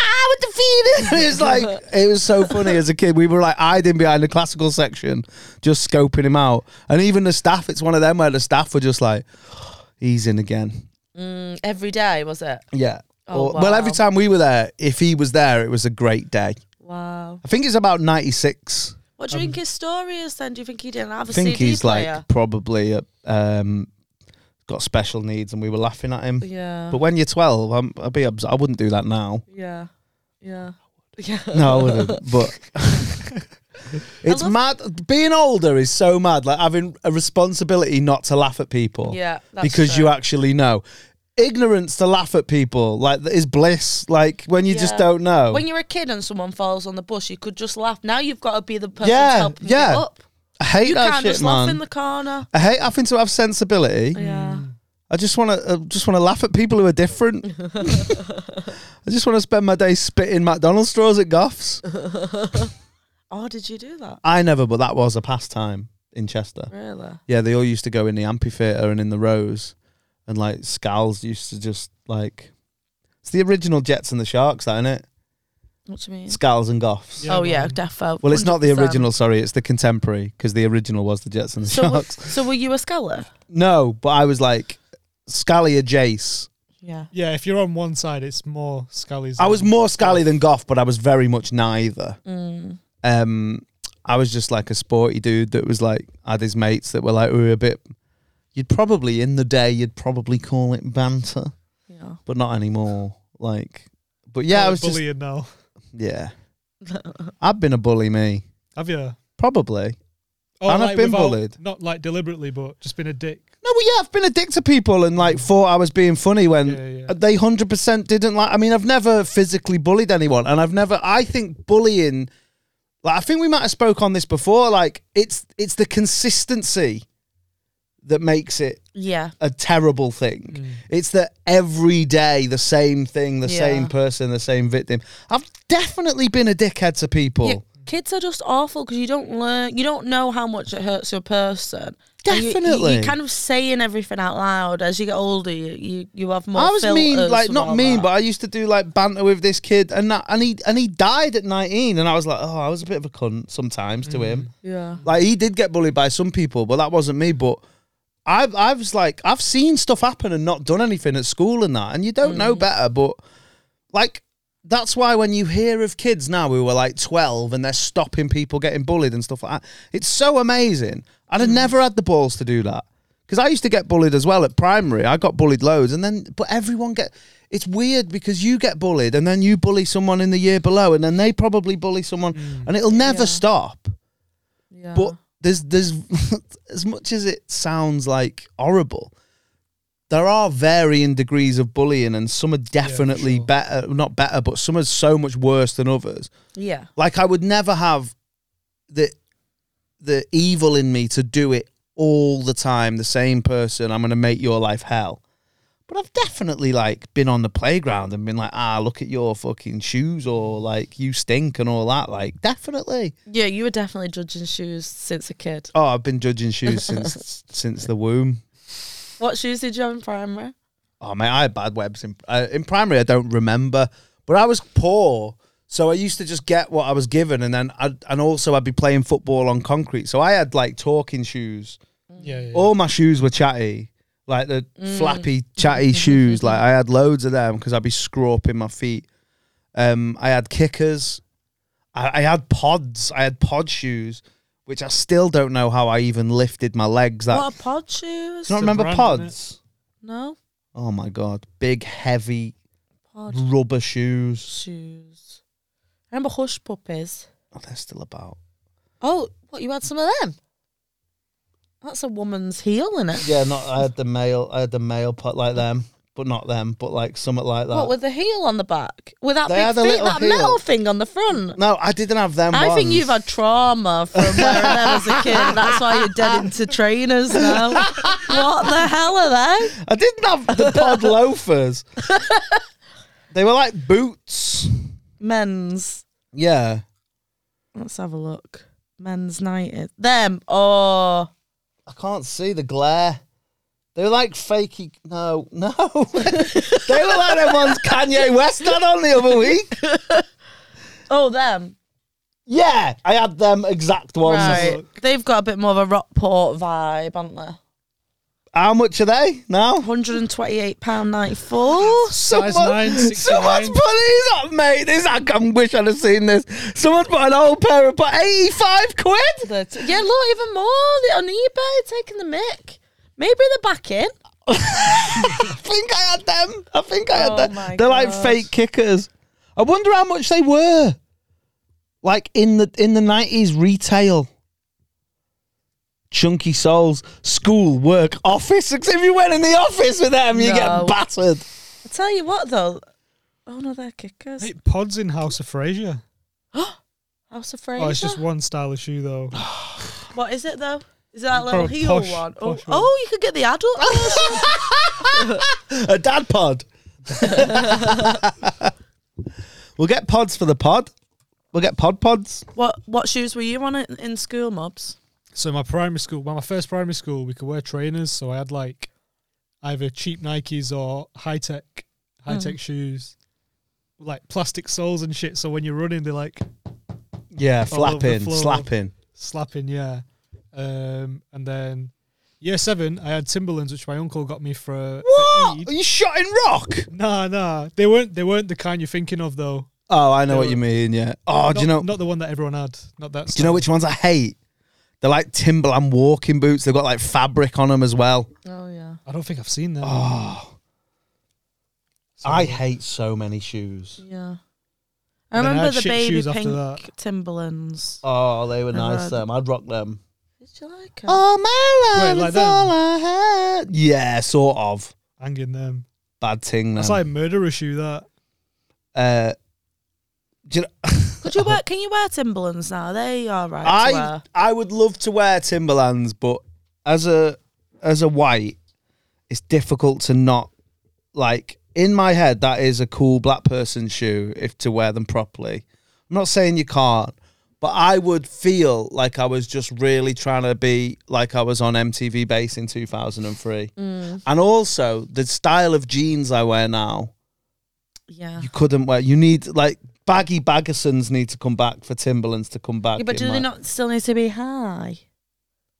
B: Ah,
A: I would defeat it. It's like it was so funny as a kid. We were like hiding behind the classical section, just scoping him out. And even the staff, it's one of them where the staff were just like, he's in again.
B: Mm, every day was it?
A: Yeah.
B: Oh,
A: Or- Well, every
B: wow.
A: time we were there, if he was there, it was a great day.
B: Wow.
A: I think it's about ninety six.
B: What do you think his story is then? Do you think he didn't have
A: Um, I
B: a
A: think
B: CD
A: he's
B: player?
A: like probably uh, um, got special needs, and we were laughing at him.
B: Oh, yeah.
A: But when you're twelve, I'm, I'd be obs- I wouldn't do that now.
B: yeah. Yeah. Yeah.
A: No, I wouldn't. But it's
B: love-
A: mad. Being older is so mad. Like having a responsibility not to laugh at people.
B: Yeah. That's
A: because
B: true.
A: you actually know. Ignorance to laugh at people like is bliss. Like when you just
B: Yeah.
A: don't know.
B: When you're a kid and someone falls on the bus, you could just laugh. Now you've got to be the person
A: Yeah,
B: to help them
A: yeah.
B: get up.
A: I hate
B: You
A: that
B: can't
A: shit,
B: just
A: man.
B: laugh in the corner.
A: I hate having to have sensibility.
B: Yeah.
A: I just want to. I just want to laugh at people who are different. I just want to spend my day spitting McDonald's straws at goths.
B: Oh, did you do that?
A: I never, but that was a pastime in Chester.
B: Really?
A: Yeah, they all used to go in the amphitheater and in the rows, and like Skulls used to just like. It's the original Jets and the Sharks, that isn't it?
B: What do you mean?
A: Skulls and Goffs.
C: Yeah,
B: oh yeah,
C: man.
B: defo.
A: Well, it's not the
B: 100%.
A: original. Sorry, it's the contemporary because the original was the Jets and the
B: So, w-
A: Sharks.
B: so were you a scholar?
A: No, but I was like Scally or Jace.
B: Yeah.
C: Yeah, if you're on one side, it's more Scally's.
A: I was
C: than-
A: more Scally than Goff, but I was very much neither.
B: Mm.
A: Um, I was just like a sporty dude that was like had his mates that were like we were a bit. You'd probably in the day you'd probably call it banter.
B: Yeah.
A: but not anymore. Like, but yeah, I was just
C: bullying now.
A: yeah. I've been a bully, me
C: Have you?
A: probably.
C: Oh,
A: And I've been bullied.
C: Not like deliberately, but just been a dick.
A: No, well, yeah, I've been a dick to people and like thought I was being funny when
C: Yeah, yeah.
A: they hundred percent didn't like. I mean, I've never physically bullied anyone, and I've never. I think bullying. Like, I think we might have spoke on this before. Like, it's it's the consistency that makes it
B: Yeah.
A: a terrible thing.
C: Mm.
A: It's that every day the same thing, the
B: Yeah.
A: same person, the same victim. I've definitely been a dickhead to people.
B: Yeah, Kids are just awful because you don't learn, you don't know how much it hurts your person. And you- you-
A: Definitely.
B: you're kind of saying everything out loud as you get older. You you, you have more.
A: I was mean,
B: filters
A: like
B: and
A: not
B: all
A: mean,
B: that.
A: but I used to do like banter with this kid, and that, and he and he died at nineteen, and I was like, oh, I was a bit of a cunt sometimes to him.
B: Mm. yeah,
A: Like he did get bullied by some people, but that wasn't me. But I I was like I've seen stuff happen and not done anything at school and that, and you don't
B: Mm.
A: know better. But like that's why when you hear of kids now who are like twelve and they're stopping people getting bullied and stuff like that, it's so amazing. I'd have never had the balls to do that because I used to get bullied as well at primary. I got bullied loads, and then but everyone get. It's weird because you get bullied and then you bully someone in the year below, and then they probably bully someone, and it'll never
B: Yeah.
A: stop
B: yeah.
A: but there's there's as much as it sounds like horrible there are varying degrees of bullying and some are definitely
C: sure.
A: better not better but some are so much worse than others
B: yeah,
A: like i would never have the the evil in me to do it all the time the same person i'm going to make your life hell but i've definitely like been on the playground and been like ah look at your fucking shoes or like you stink and all that like definitely
B: yeah. You were definitely judging shoes since a kid.
A: Oh, I've been judging shoes since since the womb.
B: What shoes did you have in primary?
A: Oh mate, I had bad webs in uh, in primary. I don't remember, but I was poor, so I used to just get what I was given, and then I'd, and also I'd be playing football on concrete. So I had like talking shoes.
C: Yeah, yeah.
A: All my shoes were chatty, like the flappy chatty shoes. Like I had loads of them because I'd be scrawping my feet. Um, I had kickers. I, I had pods. I had pod shoes, which I still don't know how I even lifted my legs. That
B: what are pod shoes?
A: Do you not
C: It's a
A: remember
C: brand,
A: pods?
B: No
A: Oh my god, big heavy
B: pod
A: rubber shoes.
B: shoes. Remember hush puppies?
A: Oh, they're still about.
B: Oh, what you had some of them? That's a woman's heel in it.
A: Yeah, not. I had the male. I had the male pot like them. but not them, but like something like that.
B: What with the heel on the back? With that
A: They
B: big
A: had a
B: thing-
A: little
B: that
A: heel.
B: metal thing on the front.
A: no, I didn't have them.
B: I think
A: ones.
B: you've had trauma from wearing them as a kid. That's why you're dead into trainers now. what the hell are they?
A: I didn't have the pod loafers. they were like boots.
B: Men's.
A: Yeah.
B: Let's have a look. Men's night. Them Oh. or
A: I can't see the glare. They were like fakey. No, no. they were like them ones Kanye West had on the other week.
B: oh them.
A: Yeah, I had them exact ones.
B: Right. They've got a bit more of a Rockport vibe, haven't they?
A: How much are they now?
B: £128.94.
A: Someone,
C: nine, six
A: someone's
C: nine.
A: put these up, mate. This I can wish I'd have seen this. Someone's put an old pair of but eighty-five quid.
B: The t- yeah, look, even more. They're on eBay taking the mick. Maybe they're back in.
A: I think I had them. I think I had
B: Oh
A: them.
B: my
A: They're like
B: gosh.
A: fake kickers. I wonder how much they were. Like in the in the nineties, retail. Chunky soles, school, work, office. 'Cause If you went in the office with them, you
B: No.
A: get battered.
B: I tell you what, though. Oh, no, they're kickers.
C: Hey, pods in House of Fraser.
B: House of
C: Oh, it's
B: Fraser.
C: just one style of shoe though.
B: What is it, though? Is it that little
C: Probably
B: heel
C: posh-
B: one? Oh,
C: posh one.
B: oh, you could get the adult. version.
A: A dad pod. we'll get pods for the pod. We'll get pod pods.
B: what what shoes were you on in, in school, mobs?
C: So my primary school, well, my first primary school, we could wear trainers. So I had like either cheap Nikes or high tech, high tech
B: Hmm.
C: shoes, like plastic soles and shit. So when you're running, they're like
A: Yeah,
C: All over the
A: flapping,
C: floor.
A: slapping.
C: slapping, yeah. Um, and then year seven, I had Timberlands, which my uncle got me for for
A: What?
C: Eid.
A: Are you shot in rock?
C: Nah, nah, they weren't. They weren't the kind you're thinking of though.
A: Oh, I know
C: No.
A: what you mean. Yeah. Oh,
C: not,
A: do you know?
C: Not the one that everyone had. Not that.
A: do you know which ones I hate? They're like Timberland walking boots. They've got like fabric on them as well.
B: Oh, yeah.
C: I don't think I've seen them.
A: Ah. I hate so many shoes.
B: Yeah. I
C: And then I
B: remember
C: had
B: the
C: shit
B: baby
C: shoes after
B: pink
C: that.
B: Timberlands.
A: Oh, they were
B: I
A: nice.
B: had-
A: Them, I'd rock them.
B: Did you like them?
A: Oh my
C: Wait,
A: life
C: like
A: is
C: them?
A: all I had. Yeah, sort of.
C: Hanging them.
A: Bad thing. Them.
C: That's like a murderer shoe. That
A: uh, do you know?
B: Could
C: Oh.
B: you wear? Can you wear Timberlands now? They are right. to
A: I
B: wear.
A: I would love to wear Timberlands, but as a as a white, it's difficult to not like in my head that is a cool black person shoe if to wear them properly. I'm not saying you can't, but I would feel like I was just really trying to be like I was on MTV Base in 2003.
B: Mm.
A: And also the style of jeans I wear now,
B: Yeah.
A: you couldn't wear. You need like baggy Baggersons need to come back for Timberlands to come back.
B: Yeah, but
A: in
B: do
A: my-
B: they not still need to be high?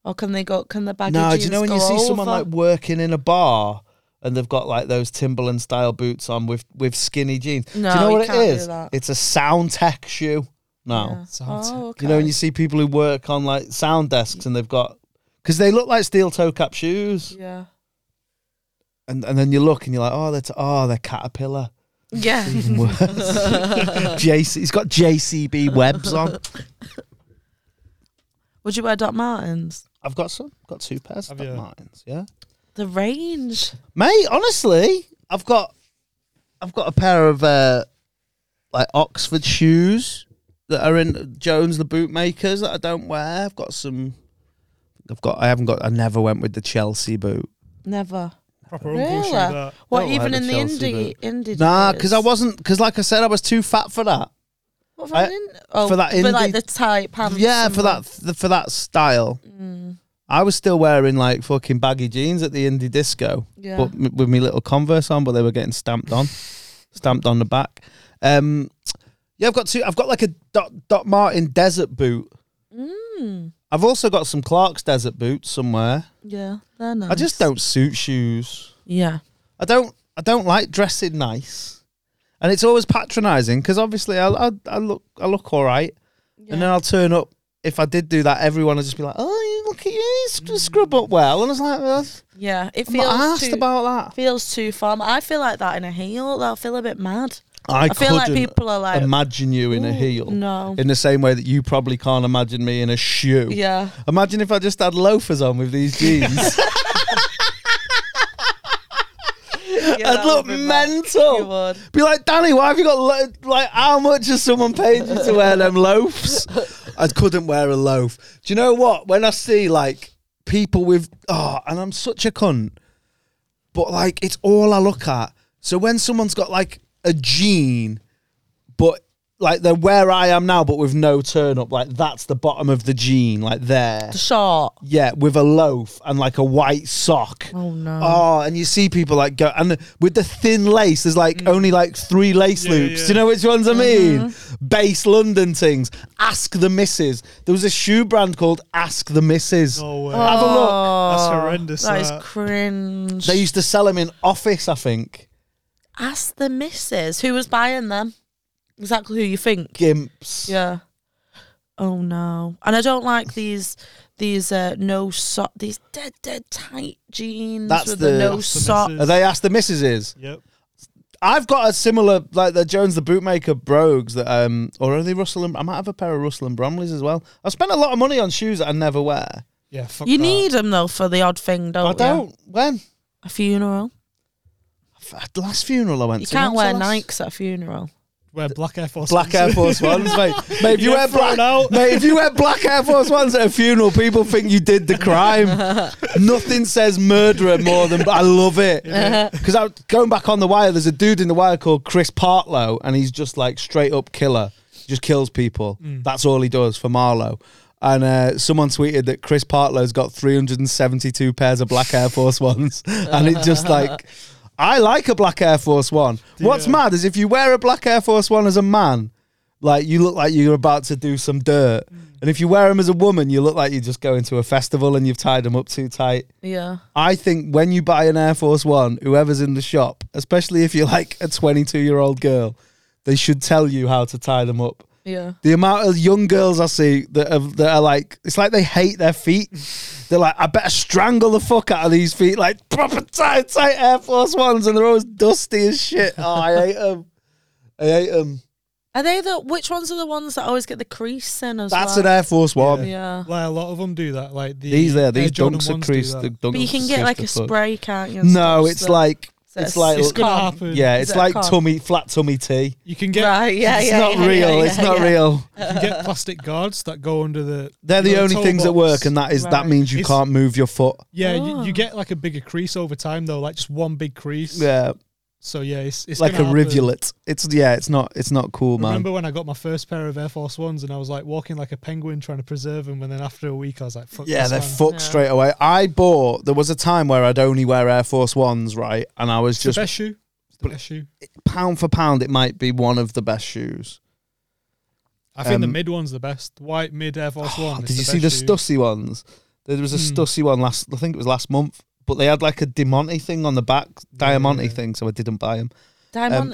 B: Or can they go? Can the baggy
A: No,
B: jeans
A: do you know when you
B: go
A: see someone
B: over?
A: like working in a bar and they've got like those Timberland style boots on with with skinny jeans?
B: No,
A: do you know
B: you
A: what
B: can't
A: it
B: do
A: is?
B: that.
A: It's a sound tech shoe. No.
B: Yeah.
C: Sounds-
B: Oh, okay.
A: You know when you see people who work on like sound desks and they've got because they look like steel toe cap shoes,
B: Yeah.
A: and, and then you look and you're like, oh, that's oh, they're caterpillar.
B: Yeah.
A: Even worse. JC, he's got JCB webs on.
B: Would you wear Doc Martens?
A: I've got some, got two pairs of
C: Have you?
A: mines. Yeah,
B: The range.
A: Mate, honestly, I've got I've got a pair of uh like Oxford shoes that are in Jones the bootmakers that I don't wear. I've got some I've got I haven't got I never went with the Chelsea boot.
B: Never.
C: proper uncle shoe.
B: Really?
C: That.
B: What
A: Don't
B: even
A: wear
B: in
A: the
B: the
A: Chelsea
B: indie indie?
A: Nah,
B: days?
A: because I wasn't because like I said, I was too fat for that.
B: What, for, an
A: I-
B: in- oh,
A: for that
B: But like
A: indie-
B: the tight pants.
A: yeah,
B: and
A: for that th- for that style. I was still wearing like fucking baggy jeans at the indie disco.
B: Yeah.
A: but m- with me little Converse on, but they were getting stamped on, stamped on the back. Um, yeah, I've got two. I've got like a Doc, Doc Martin desert boot.
B: Mm,
A: I've also got some Clark's desert boots somewhere.
B: yeah, they're nice.
A: I just don't suit shoes.
B: Yeah.
A: I don't. I don't like dressing nice, and it's always patronising because obviously I, I, I look I look all right,
B: yeah.
A: and then I'll turn up. If I did do that, everyone would just be like, "Oh, you look at you, you sc- scrub up well," and I was like, "Well,
B: yeah. It
A: "I'm not
B: Mm. feels
A: asked
B: too,
A: about that."
B: feels too formal. I feel like that in a heel. I feel a bit mad.
A: I,
B: I feel like
A: couldn't
B: people are like
A: imagine you in a
B: "Ooh,
A: heel.
B: No.
A: in the same way that you probably can't imagine me in a shoe.
B: Yeah.
A: Imagine if I just had loafers on with these jeans.
B: Yeah,
A: I'd
B: that
A: look
B: would be mad.
A: mental.
B: You would.
A: Be like, Danny, why have you got lo- like how much has someone paid you to wear them loafs? I couldn't wear a loaf. Do you know what? When I see like people with oh, and I'm such a cunt, but like it's all I look at. So when someone's got like a jean, but like they're where I am now, but with no turn up, like that's the bottom of the jean, like there.
B: The short.
A: Yeah, with a loaf and like a white sock.
B: Oh, no.
A: Oh, and you see people like go and with the thin lace, there's like
B: Mm.
A: only like three lace
C: Yeah,
A: loops.
C: yeah.
A: Do you know which ones
B: Uh-huh.
A: I mean? Base London things. Ask the Misses. There was a shoe brand called Ask the Misses.
C: No way.
A: Have a look.
C: That's
B: Oh,
C: horrendous,
B: That is
C: that.
B: cringe.
A: They used to sell them in office, I think.
B: Ask the missus who was buying them. Exactly who you think.
A: Gimps.
B: Yeah. Oh no. And I don't like these these uh no sock these dead dead tight jeans
A: That's
B: with the,
A: the-
B: no
A: That's
C: the
B: sock.
C: missus.
A: Are they Ask the Misses is?
C: Yep.
A: I've got a similar like the Jones the Bootmaker brogues that um or are they Russell and I might have a pair of Russell and Bromleys as well. I spent a lot of money on shoes that I never wear.
C: Yeah. Fuck
B: You
C: that.
B: need them though for the odd thing, don't
A: I
B: you?
A: don't. When?
B: A funeral.
A: F- Last funeral I went
B: You
A: to.
B: can't
A: when was
B: wear
A: the last-
B: Nikes at a funeral.
C: wear black Air Force.
A: Black Air
C: Ones.
A: Force Ones, mate. Mate, if you
C: You're
A: wear black,
C: thrown out.
A: mate, if you wear black Air Force Ones at a funeral, people think you did the crime. Nothing says murderer more than. I love it because I going back on the wire. There's a dude in the wire called Chris Partlow, and he's just like straight up killer. Just kills people. That's all he does for Marlowe. And uh, someone tweeted that Chris Partlow's got 372 pairs of black Air Force Ones, and it just like. I like a black Air Force One. What's
C: Yeah.
A: mad is if you wear a black Air Force One as a man, like you look like you're about to do some dirt. And if you wear them as a woman, you look like you just go into a festival and you've tied them up too tight.
B: Yeah.
A: I think when you buy an Air Force One, whoever's in the shop, especially if you're like a 22 year old girl, they should tell you how to tie them up.
B: Yeah.
A: The amount of young girls I see that are, that are like, it's like they hate their feet. They're like, I better strangle the fuck out of these feet, like proper tight, tight Air Force Ones, and they're always dusty as shit. Oh, I hate them. I hate them.
B: Are they the which ones are the ones that always get the crease in as
A: That's
B: well?
A: an Air Force One.
B: Yeah.
C: Like a lot of them do that. Like the
A: These there, these
C: Air Jordan
A: dunks are
C: ones do
A: creased.
C: that.
A: The dunks
B: But you can
A: are
B: get like a
A: creased the foot.
B: spray, can't you? and
A: No,
B: stuff,
A: it's
B: so-
A: like
B: so
A: it's like
C: It's gonna
B: Come.
C: happen.
A: yeah,
B: Is
A: it's
B: it a
A: like
B: cob?
A: tummy flat tummy tea.
C: You can get
B: Right, yeah,
A: it's
B: yeah.
A: not
B: yeah,
A: real.
B: yeah,
A: it's
B: yeah,
A: not
B: yeah.
A: real.
C: you can get plastic guards that go under the.
A: They're the
C: your
A: only
C: toe
A: things that
C: box.
A: work, and that is that
B: Right.
A: means you
C: It's-
A: can't move your foot.
C: Yeah, you,
B: Ah.
C: you get like a bigger crease over time though, like just one big crease.
A: Yeah,
C: So yeah, it's, it's
A: like a
C: gonna happen.
A: rivulet. It's yeah, it's not it's not cool, man.
C: Remember when I got my first pair of Air Force Ones and I was like walking like a penguin trying to preserve them, and then after a week I was like, "Fuck
A: yeah,
C: this,
A: they're
C: man.
A: fucked
B: Yeah.
A: straight away. I bought. There was a time where I'd only wear Air Force Ones, right? And I was
C: It's
A: just
C: the best shoe. It's the best shoe.
A: pound for pound, it might be one of the best shoes.
C: I think the
A: um,
C: mid one's the best. The white mid Air Force One.
A: Oh,
C: is
A: did you
C: the
A: see the
C: best shoe.
A: Stussy ones? There was a
C: Hmm.
A: Stussy one last. I think it was last month, but they had like a Diamante thing on the back, Diamante
C: yeah.
A: thing. So I didn't buy them.
B: Diamanta.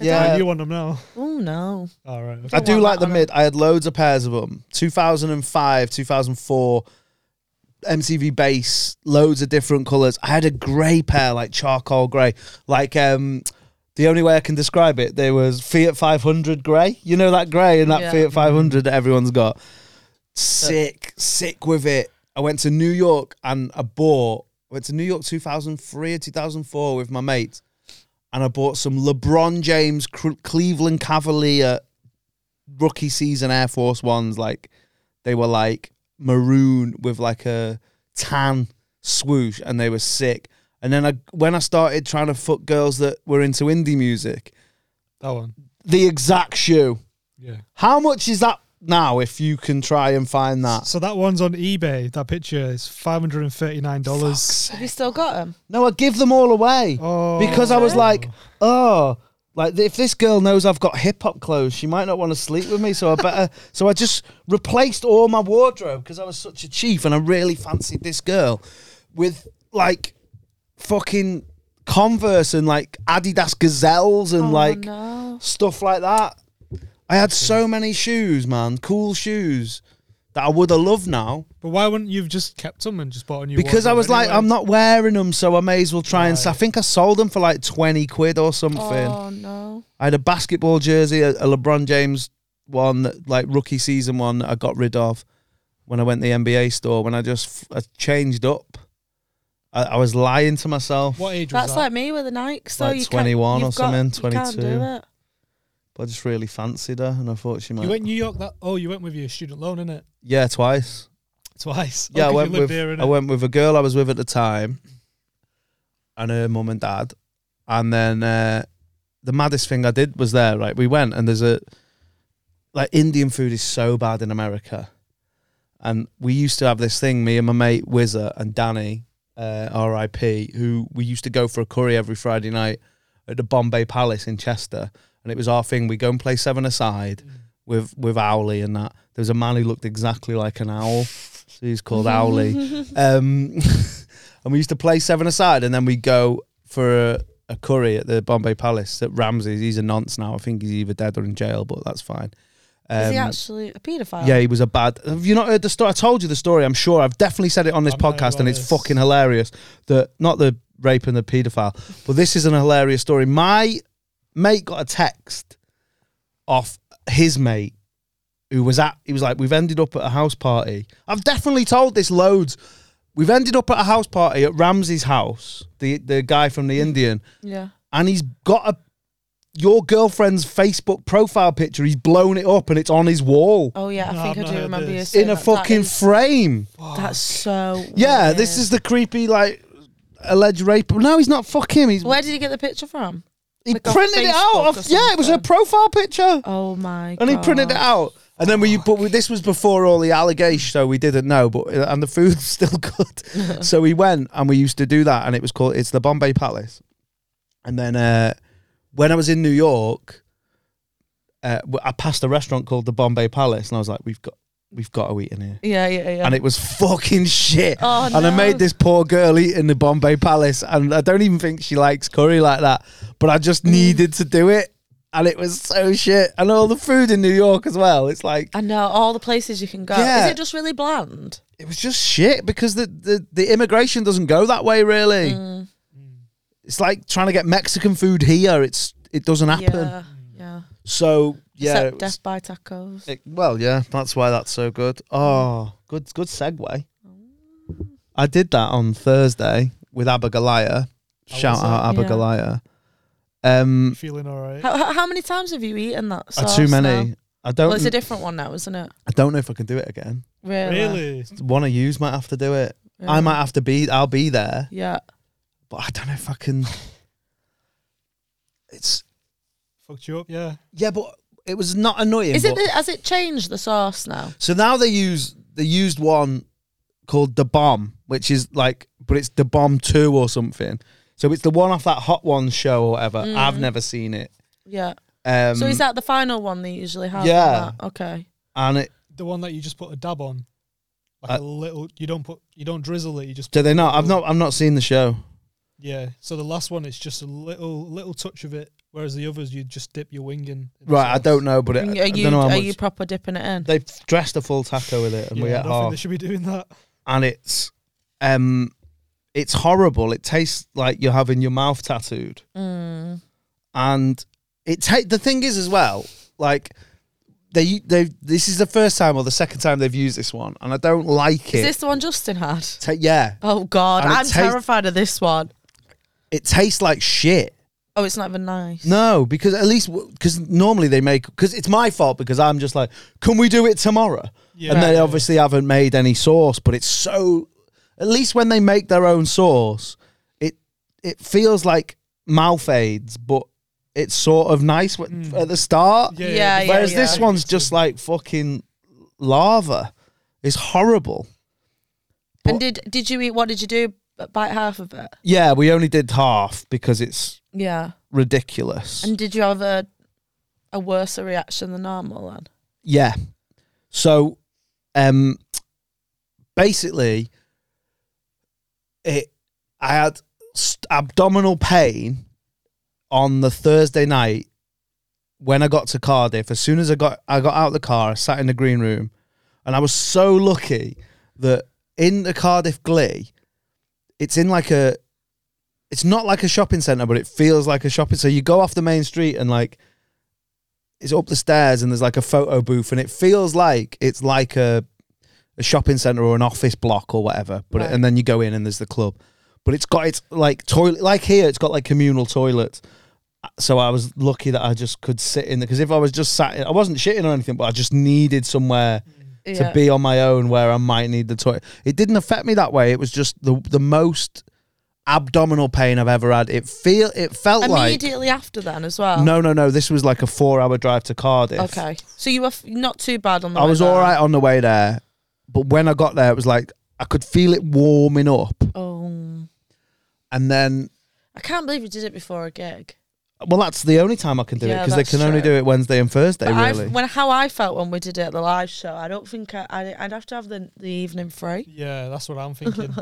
C: Yeah,
A: Um, Yeah,
C: you want them now?
B: oh no.
C: All right. okay.
A: I do
B: want
A: like
B: that
A: the
B: on a-
A: mid. I had loads of pairs of them. 2005, 2004, MTV bass, loads of different colors. I had a grey pair, like charcoal grey, like um. The only way I can describe it, there was Fiat 500 grey. You know that grey and that
B: Yeah. Mm-hmm.
A: Fiat 500 that everyone's got. Sick, sick with it. I went to New York and I bought. I went to New York 2003 or 2004 with my mate, and I bought some LeBron James Cr- Cleveland Cavalier rookie season Air Force Ones, like they were like maroon with like a tan swoosh, and they were sick. And then I, when I started trying to fuck girls that were into indie music,
C: That one.
A: the exact shoe.
C: Yeah.
A: How much is that now? If you can try and find that.
C: So that one's on eBay. That picture is five hundred and thirty nine dollars.
B: Have you still got them?
A: No, I give them all away
C: Oh,
A: because I was like, oh, like if this girl knows I've got hip hop clothes, she might not want to sleep with me. So I better. so I just replaced all my wardrobe because I was such a chief and I really fancied this girl with like fucking Converse and like Adidas Gazelles and
B: Oh,
A: like
B: no.
A: stuff like that. I had so many shoes, man, cool shoes that I would have loved now
C: but why wouldn't you've just kept them and just bought a new?
A: because I
C: wardrobe
A: was like,
C: anyway?
A: I'm not wearing them, so I may as well try and. s I I
C: Right.
A: think I sold them for like twenty quid or something.
B: Oh no.
A: I had a basketball jersey, a, a LeBron James one, that, like rookie season one that I got rid of when I went to the NBA store. When I just f- I changed up, I, I was lying to myself,
C: What age
B: That's
C: was that?
B: like me with the Nikes. So
A: Like
B: you can't-
A: 21 or
B: you've got-
A: something,
B: you can't do
A: 22.
B: it.
A: but I just really fancied her, and I thought she might.
C: you went New York that oh you went with your student loan in it
A: yeah, twice.
C: twice
A: Yeah, I
C: oh, 'cause
A: went
C: you
A: with
C: lived here, innit?
A: I went with a girl I was with at the time, and her mum and dad, and then uh, the maddest thing I did was there. Right, we went and there's a like Indian food is so bad in America, and we used to have this thing. Me and my mate Wizza and Danny, uh, R.I.P., who we used to go for a curry every Friday night at the Bombay Palace in Chester, and it was our thing. We go and play seven
B: Mm.
A: aside with with Owley and that. There was a man who looked exactly like an owl, so he's called Owley. Um, and we used to play seven aside, and then we go for a, a curry at the Bombay Palace at Ramsey's. He's a nonce now. I think he's either dead or in jail, but that's fine.
B: Is he
A: Um,
B: actually a paedophile?
A: yeah, he was a bad. Have you not heard the story? I told you the story. I'm sure. I've definitely said it on this
C: I know
A: podcast, and
C: what
A: it's
C: it's-
A: fucking hilarious. That not the rape and the paedophile, but this is an hilarious story. My mate got a text off his mate who was at. He was like, "We've ended up at a house party." I've definitely told this loads. We've ended up at a house party at Ramsey's house. The the guy from the Indian
B: Yeah.
A: and he's got a your girlfriend's Facebook profile picture. He's blown it up and it's on his wall
B: Oh yeah, I
C: No, I've
B: think
C: not
B: I do
C: heard
B: remember you
C: this.
B: saying
A: in a
B: that. That
A: fucking
B: is-
A: frame.
B: That's so.
A: Yeah,
B: weird.
A: this is the creepy like alleged rape. No, he's not. Fuck him. He's
B: Where did he get the picture from?
A: he
B: like on
A: printed it out.
B: Facebook or
A: Off, yeah, it was her
B: something?
A: profile picture,
B: Oh my.
A: and he printed it
B: God.
A: out. And then we, but we, this was before all the allegations, so we didn't know. But uh, and the food's still good, so we went and we used to do that, and it was called it's the Bombay Palace. And then uh, when I was in New York, uh, w- I passed a restaurant called the Bombay Palace, and I was like, we've got we've got to eat in here.
B: Yeah, yeah, yeah.
A: And it was fucking shit.
B: Oh,
A: and I
B: no.
A: made this poor girl eat in the Bombay Palace, and I don't even think she likes curry like that. But I
B: Mm.
A: just needed to do it, and it was so shit. And all the food in New York as well. It's like
B: I know all the places you can go.
A: Yeah.
B: Is it just really bland?
A: it was just shit because the the, the immigration doesn't go that way really.
B: Mm.
C: Mm.
A: It's like trying to get Mexican food here. It's it doesn't happen.
B: Yeah, yeah.
A: So yeah,
B: Except
A: it was-
B: Death by Tacos.
A: It- well, yeah, that's why that's so good. Oh, good, good segue.
B: Oh.
A: I did that on Thursday with Abigailia.
C: How
A: Shout
C: was
A: out
B: it? Yeah.
A: Abigailia. Um,
C: feeling all right
B: How, how- how many times have you eaten that
A: uh,
B: sauce?
A: too
B: now?
A: many. I don't.
B: Well, it's a different one now, isn't it?
A: I don't know if I can do it again.
B: Really?
C: really
A: One of yous might have to do it.
B: Yeah.
A: I might have to be. I'll be there,
B: Yeah.
A: but I don't know if I can. It's
C: fucked you up yeah
A: yeah, but it was not annoying.
B: Is it?
A: but-
B: The, has it changed the sauce now?
A: So now they use they used one called the bomb, which is like, but it's the bomb two or something. So it's the one off that Hot Ones show or whatever. I've never seen it.
B: Yeah.
A: Um,
B: Mm. so is that the final one they usually have? on
A: yeah.
B: that? Okay.
A: and it,
C: the one that you just put a dab on like
A: Uh,
C: a little you don't put you don't drizzle it you just
A: do
C: put
A: they
C: a
A: not? I've
C: little-
A: not I've not seen the show.
C: yeah so the last one it's just a little little touch of it whereas the others you just dip your wing in, in the
A: Right, I
C: sauce.
A: don't know, but it,
B: Are
A: I
B: you
A: don't know how
B: are
A: much.
B: you proper dipping it in?
A: they dressed a full taco with it, and
C: yeah,
A: we
C: I
A: had
C: don't think
A: half.
C: they should be doing that
A: and it's um it's horrible. It tastes like you're having your mouth tattooed.
B: Mm.
A: And it ta- the thing is as well, like they they this is the first time or the second time they've used this one and I don't like
B: Is
A: it.
B: this the one Justin had?
A: Ta- yeah.
B: Oh God,
A: And it
B: I'm
A: tastes-
B: terrified of this one.
A: It tastes like shit.
B: Oh, it's not even nice.
A: No, because at least because normally they make because it's my fault because I'm just like, can we do it tomorrow?
C: Yeah.
A: and they
C: Right.
A: obviously haven't made any sauce, but it's so. At least when they make their own sauce, it it feels like mouth aids, but it's sort of nice w- at the start.
C: Hmm. yeah,
B: Yeah, yeah,
A: Whereas
B: yeah.
A: this one's just like fucking lava. It's horrible.
B: And did did you eat? What did you do? Bite half of it.
A: Yeah, we only did half because it's
B: Yeah.
A: ridiculous.
B: And did you have a a worse reaction than normal then?
A: Yeah. So, um, basically, it I had st- abdominal pain on the Thursday night when I got to Cardiff. As soon as I got I got out of the car, I sat in the green room, and I was so lucky that in the Cardiff Glee, it's in like a. It's not like a shopping centre, but it feels like a shopping. So you go off the main street and like it's up the stairs and there's like a photo booth and it feels like it's like a a shopping center or an office block or whatever but
B: Right.
A: and then you go in and there's the club but it's got its like toilet. Like here, it's got like communal toilets. So I was lucky that I just could sit in there because if I was just sat, in, I wasn't shitting or anything, but I just needed somewhere to be on my own where I might need the toilet. It didn't affect me that way. It was just the the most abdominal pain I've ever had. It feel it felt like
B: Immediately after then as well.
A: no, no, no. This was like a four hour drive to Cardiff.
B: Okay. So you were f- not too bad on the
A: I
B: way
A: was
B: down.
A: all right on the way there, but when I got there, it was like I could feel it warming up,
B: Oh.
A: and then
B: I can't believe you did it before a gig.
A: well, that's the only time I can do it
B: Yeah,
A: 'cause it because
B: that's
A: they can only
B: true.
A: do it Wednesday and Thursday,
B: But
A: really.
B: I've, when how I felt when we did it at the live show, I don't think I, I I'd have to have the, the evening free.
C: Yeah, that's what I'm thinking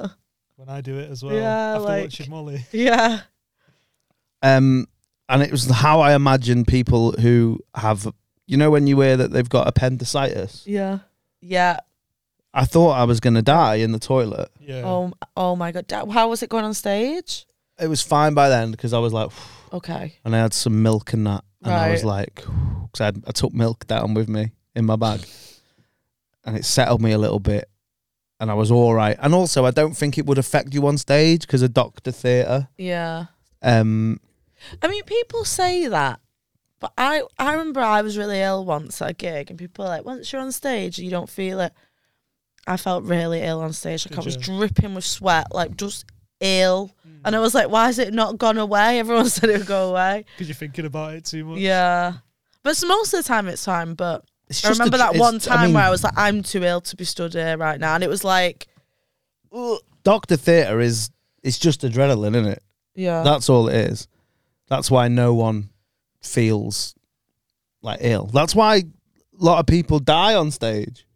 C: when I do it as well.
B: Yeah,
C: after
B: like-
C: watching Molly.
B: Yeah.
A: um, and it was how I imagine people who have, you know, when you hear that they've got appendicitis.
B: Yeah. Yeah.
A: I thought I was going to die in the toilet.
C: Yeah.
B: Oh. m- Oh my god. Da- How was it going on stage?
A: It was fine by then because I was like,
B: Okay.
A: and I had some milk and that, and I was
B: Right.
A: like, because I, had- I took milk down with me in my bag, and it settled me a little bit, and I was all right. And also, I don't think it would affect you on stage because of Doctor Theatre.
B: Yeah.
A: Um,
B: I mean, people say that, but I I remember I was really ill once at a gig, and people were like, once you're on stage, you don't feel it. I felt really ill on stage. Like
C: Did
B: I was
C: you?
B: dripping with sweat, like just ill. And I was like, why has it not gone away? Everyone said it would go away.
C: Because you're thinking about it too much.
B: Yeah. But it's most of the time it's fine. But
A: it's
B: I
A: just a
B: remember
A: j-
B: that
A: it's-
B: one time
A: mean,
B: where I was like, I'm too ill to be stood here right now. And it was like, ugh.
A: Doctor Theatre is it's just adrenaline, isn't it?
B: yeah.
A: That's all it is. That's why no one feels like ill. That's why a lot of people die on stage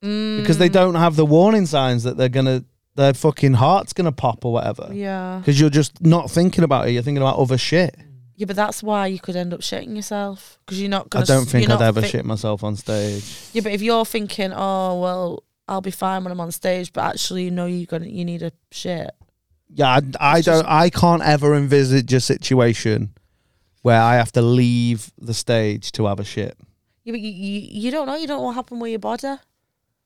A: because
B: Mm.
A: they don't have the warning signs that they're gonna their fucking heart's gonna pop or whatever.
B: yeah.
A: Because you're just not thinking about it. You're thinking about other shit.
B: Yeah, but that's why you could end up shitting yourself because you're not
A: I
B: going
A: don't think I'd ever shit myself on stage.
B: Yeah, but if you're thinking, oh well, I'll be fine when I'm on stage, but actually, you know, you're gonna, you need a shit.
A: Yeah, I, I
B: It's
A: don't.
B: just-
A: I can't ever envisage a situation where I have to leave the stage to have a shit.
B: Yeah, but you, you, you don't know. You don't know what happened with your body.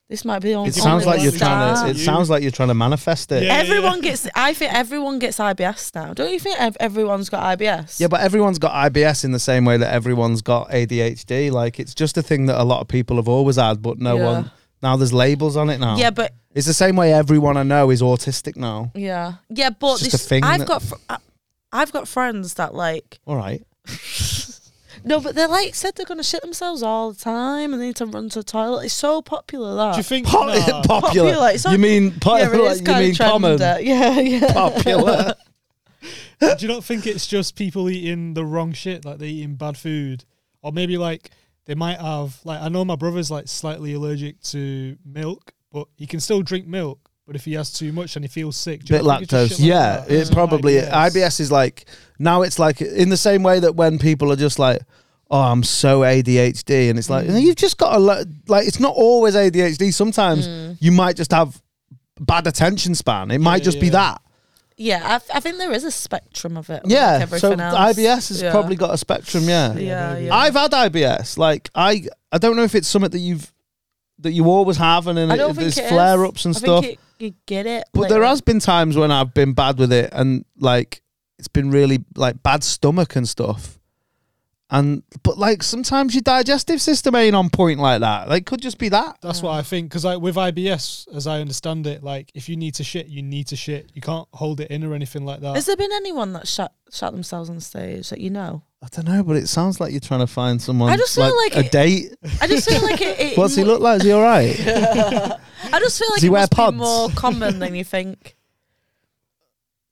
B: This might be on.
A: It sounds
B: only
A: like
B: one
A: you're
B: star.
A: trying to. It
C: You-
A: sounds like you're trying to manifest it.
C: Yeah, yeah,
B: everyone
C: yeah.
B: gets. I think everyone gets IBS now. Don't you think ev- everyone's got IBS?
A: Yeah, but everyone's got IBS in the same way that everyone's got ADHD. Like it's just a thing that a lot of people have always had, but no
B: Yeah.
A: one now there's labels on it now.
B: yeah, but
A: it's the same way everyone I know is autistic now.
B: yeah, yeah, but
A: It's just
B: this.
A: a thing
B: I've
A: that-
B: got. Fr- I- I've got friends that like
A: All right.
B: no, but they're like said they're gonna shit themselves all the time and they need to run to the toilet. It's so popular that
C: Do you think?
A: Pop-
C: nah,
A: popular.
B: Popular, it's
A: you
B: not-
A: mean
B: yeah,
A: popular?
B: it is
A: you
B: kind
A: mean
B: of
A: common?
B: trendy. Yeah, yeah.
A: Popular.
C: do you not think it's just people eating the wrong shit? Like they're eating bad food, or maybe like they might have like I know my brother's like slightly allergic to milk, but he can still drink milk. But if he has too much and he feels sick, do you
A: bit
C: not think it's
A: lactose.
C: just shit like
A: yeah,
C: that?
A: it probably IBS. is like now it's like in the same way that when people are just like, oh, I'm so ADHD, and it's like you've just got a lot. Like it's not always ADHD. Sometimes you might just have bad attention span. It might
C: Yeah,
A: just be
C: yeah.
A: that.
B: Yeah, I, f- I think there is a spectrum of it. like
A: Yeah. so
B: everything else.
A: IBS has
B: Yeah.
A: probably got a spectrum. Yeah.
B: Yeah, yeah.
A: I've had IBS. Like I, I don't know if it's something that you've that you always have, and then
B: I don't
A: it,
B: think
A: there's
B: it is.
A: flare ups and
B: I
A: stuff.
B: Think it, you get it,
A: But
B: later.
A: there has been times when I've been bad with it and like it's been really like bad stomach and stuff. And but like sometimes your digestive system ain't on point like that. Like could just be that.
C: That's what I think. Because like with IBS, as I understand it, like if you need to shit, you need to shit. You can't hold it in or anything like that.
B: Has there been anyone that shot shot themselves on stage that you know?
A: I don't know, but it sounds like you're trying to find someone.
B: I just feel like
A: a
B: it-
A: date.
B: I just feel like it. it
A: What's he look like? Is he all right?
B: I just feel like
A: Does he
B: it
A: wear
B: must
A: pods?
B: be more common than you think.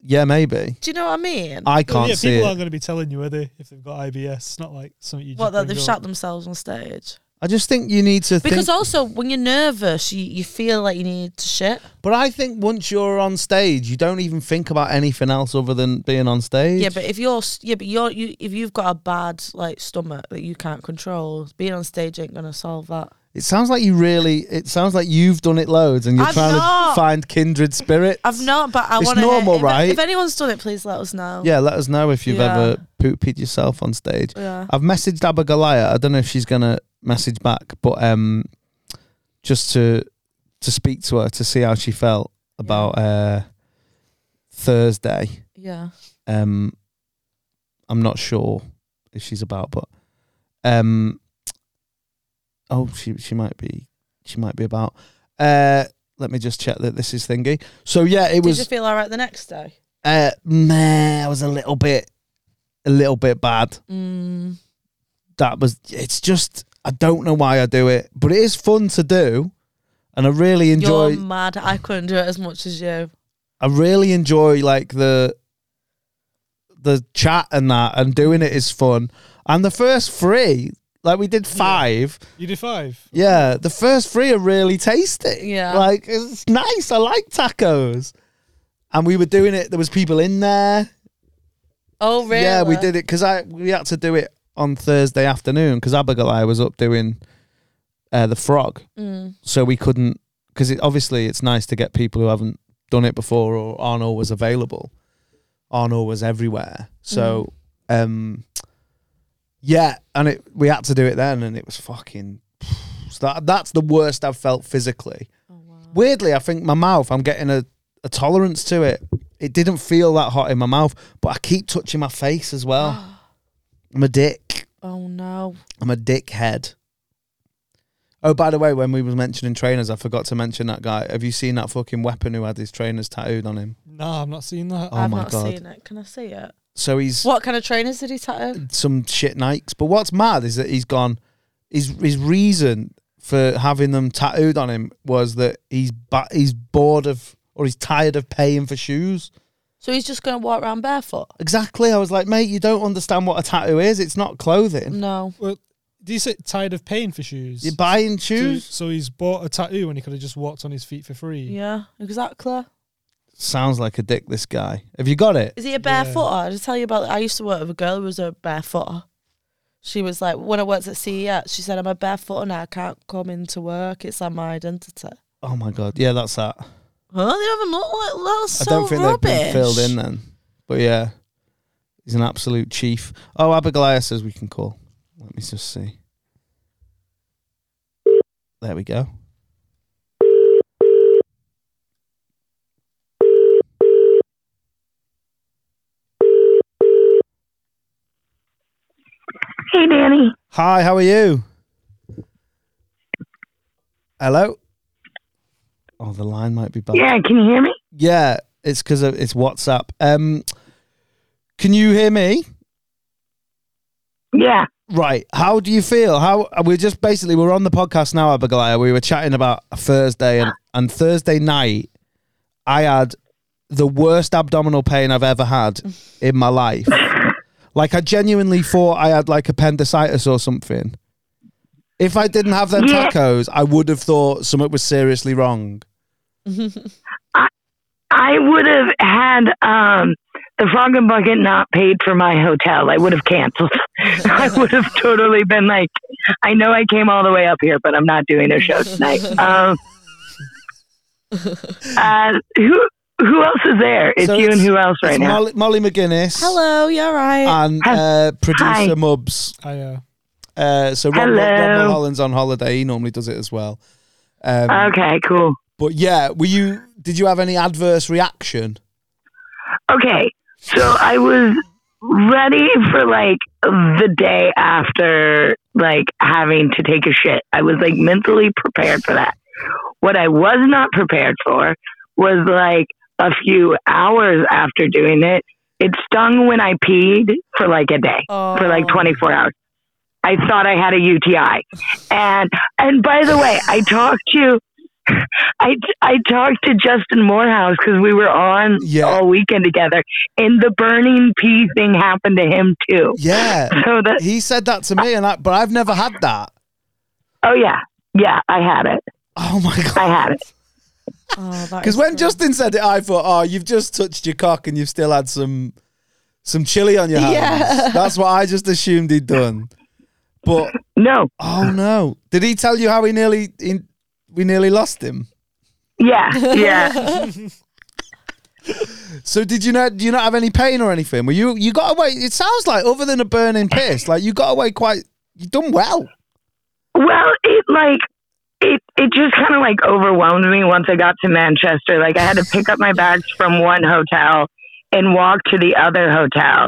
A: yeah, maybe.
B: Do you know what I mean?
A: I
C: Well,
A: can't
C: yeah,
A: see
C: people
A: it.
C: aren't going to be telling you, are they? If they've got IBS, it's not like something you.
B: what
C: just
B: that
C: bring
B: they've
C: up.
B: shot themselves on stage?
A: I just think you need to
B: Because
A: think.
B: also when you're nervous, you, you feel like you need to shit.
A: but I think once you're on stage, you don't even think about anything else other than being on stage.
B: Yeah, but if you're s- yeah, but you're you if you've got a bad like stomach that you can't control, being on stage ain't gonna solve that.
A: It sounds like you really. It sounds like you've done it loads, and you're
B: I've
A: trying
B: not.
A: to find kindred spirits.
B: I've not, but I
A: It's
B: want to.
A: normal,
B: if,
A: right?
B: If anyone's done it, please let us know.
A: Yeah, let us know if you've
B: Yeah.
A: ever poop peed yourself on stage.
B: Yeah.
A: I've messaged Abigalia. I don't know if she's gonna message back, but um, just to to speak to her to see how she felt about uh Thursday.
B: Yeah.
A: Um, I'm not sure if she's about, but um, oh, she she might be she might be about. Uh, let me just check that this is thingy. So yeah, it
B: Did
A: was.
B: you feel all right the next day?
A: Uh, meh, I was a little bit, a little bit bad.
B: Mm.
A: That was. It's just I don't know why I do it, but it is fun to do, and I really enjoy.
B: You're mad. I couldn't do it as much as you.
A: I really enjoy like the the chat and that, and doing it is fun. And the first three, like we did five,
C: You did five.
A: yeah, the first three are really tasty.
B: Yeah.
A: like it's nice. I like tacos. And we were doing it. There was people in there.
B: Oh, really?
A: Yeah, we did it because I we had to do it on Thursday afternoon because Abigail was up doing uh, the frog,
B: Mm.
A: so we couldn't because it, obviously it's nice to get people who haven't done it before or aren't always available. Aren't always everywhere, so um, yeah, and it we had to do it then, and it was fucking. So that that's the worst I've felt physically.
B: Oh, wow.
A: Weirdly, I think my mouth, I'm getting a, a tolerance to it. It didn't feel that hot in my mouth, but I keep touching my face as well. I'm a dick.
B: Oh, no.
A: I'm a dickhead. Oh, by the way, when we was mentioning trainers, I forgot to mention that guy. Have you seen that fucking weapon who had his trainers tattooed on him?
C: Nah, I'm not seeing that.
A: Oh
B: I've
A: my
B: not
A: god.
B: seen it. Can I see it?
A: So he's
B: What kind of trainers did he tattoo?
A: some shit Nikes. But what's mad is that he's gone. His his reason for having them tattooed on him was that he's ba- he's bored of or he's tired of paying for shoes.
B: So he's just going to walk around barefoot?
A: Exactly. I was like, mate, you don't understand what a tattoo is. It's not clothing.
B: No.
C: Well, do you say tired of paying for shoes?
A: You're buying
C: So-
A: shoes.
C: So, he's bought a tattoo when he could have just walked on his feet for free.
B: Yeah, exactly.
A: Sounds like a dick. This guy. Have you got it?
B: Is he a barefooter? Did I tell you about? I used to work with a girl who was a barefooter. She was like, when I worked at CES, she said, "I'm a barefooter now. I can't come into work. It's on my identity."
A: Oh my god. Yeah, that's that.
B: Huh? They don't even look like that's so
A: I don't think
B: rubbish.
A: they've been filled in then. But yeah, he's an absolute chief. Oh, Abigail says we can call. Let me just see. There we go.
H: Hey, Danny.
A: Hi, how are you? Hello. Oh, the line might be bad.
H: Yeah, can you hear me?
A: Yeah, it's because it's WhatsApp. Um, can you hear me?
H: Yeah.
A: Right. How do you feel? How uh, we're just basically we're on the podcast now, Abigail. We were chatting about Thursday and, and Thursday night. I had the worst abdominal pain I've ever had in my life. like I genuinely thought I had like appendicitis or something. If I didn't have them
H: Yeah.
A: tacos, I would have thought something was seriously wrong.
H: I would have had um, the Frog and Bucket not paid for my hotel. I would have canceled. I would have totally been like, I know I came all the way up here, but I'm not doing a show tonight. Um, uh, who who else is there? It's
A: So
H: you and
A: it's-
H: who else right
A: It's
H: now?
A: Molly, Molly McGuinness
B: Hello, you're right.
A: and uh, producer
H: Hi.
A: Mubs.
C: I, uh,
A: Uh, so Ron,
H: Hello.
A: Ron, Ron Holland's on holiday. He normally does it as well. Um,
H: Okay, cool.
A: But yeah, were you? Did you have any adverse reaction?
H: Okay, so I was ready for like the day after like having to take a shit. I was like mentally prepared for that. What I was not prepared for was like a few hours after doing it, it stung when I peed for like a day, for like
B: Oh.
H: 24 hours. I thought I had a UTI. And and by the way, I talked to I I talked to Justin Morehouse because we were on
A: Yeah.
H: all weekend together, and the burning pee thing happened to him too.
A: Yeah,
H: So that
A: he said that to me, and I, but I've never had that.
H: oh yeah yeah I had it
A: Oh my
H: I
A: god!
H: had it
B: Oh, that
A: Because
B: is
A: when
B: gross.
A: Justin said it, I thought, oh, you've just touched your cock, and you've still had some some chili on your hands.
B: Yeah.
A: That's what I just assumed he'd done. But
H: no
A: oh no, did he tell you how he nearly he, we nearly lost him?
H: yeah yeah
A: So did you not? Do you not have any pain or anything? Were you you got away? It sounds like other than a burning piss, like you got away quite. You done well.
H: well it like it it just kind of like overwhelmed me once I got to Manchester. Like I had to pick up my bags from one hotel and walk to the other hotel.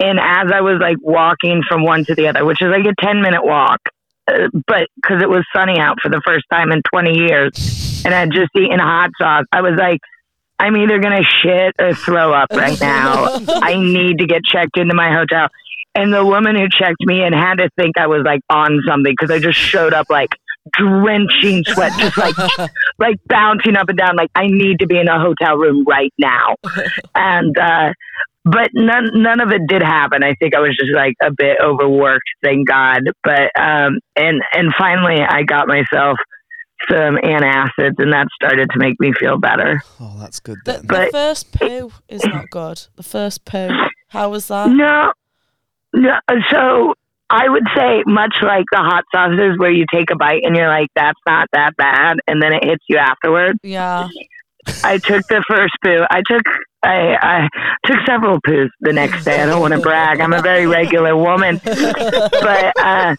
H: And as I was like walking from one to the other, which is like a 10 minute walk, uh, but because it was sunny out for the first time in 20 years and I'd just eaten hot sauce, I was like, I'm either going to shit or throw up right now. I need to get checked into my hotel. And the woman who checked me in had to think I was like on something because I just showed up like drenching sweat, just like like bouncing up and down. Like I need to be in a hotel room right now. And uh, but none none of it did happen. I think I was just like a bit overworked, thank God. But um, and and finally, I got myself some antacids, and that started to make me feel better.
A: Oh, that's good
B: The,
A: then.
B: the
H: But-
B: first poo is not good. The first poo. How was that?
H: No, no. So I would say much like the hot sauces, where you take a bite and you're like, "That's not that bad," and then it hits you afterwards.
B: Yeah.
H: I took the first poo. I took I, I took several poos the next day. I don't want to brag. I'm a very regular woman, but uh,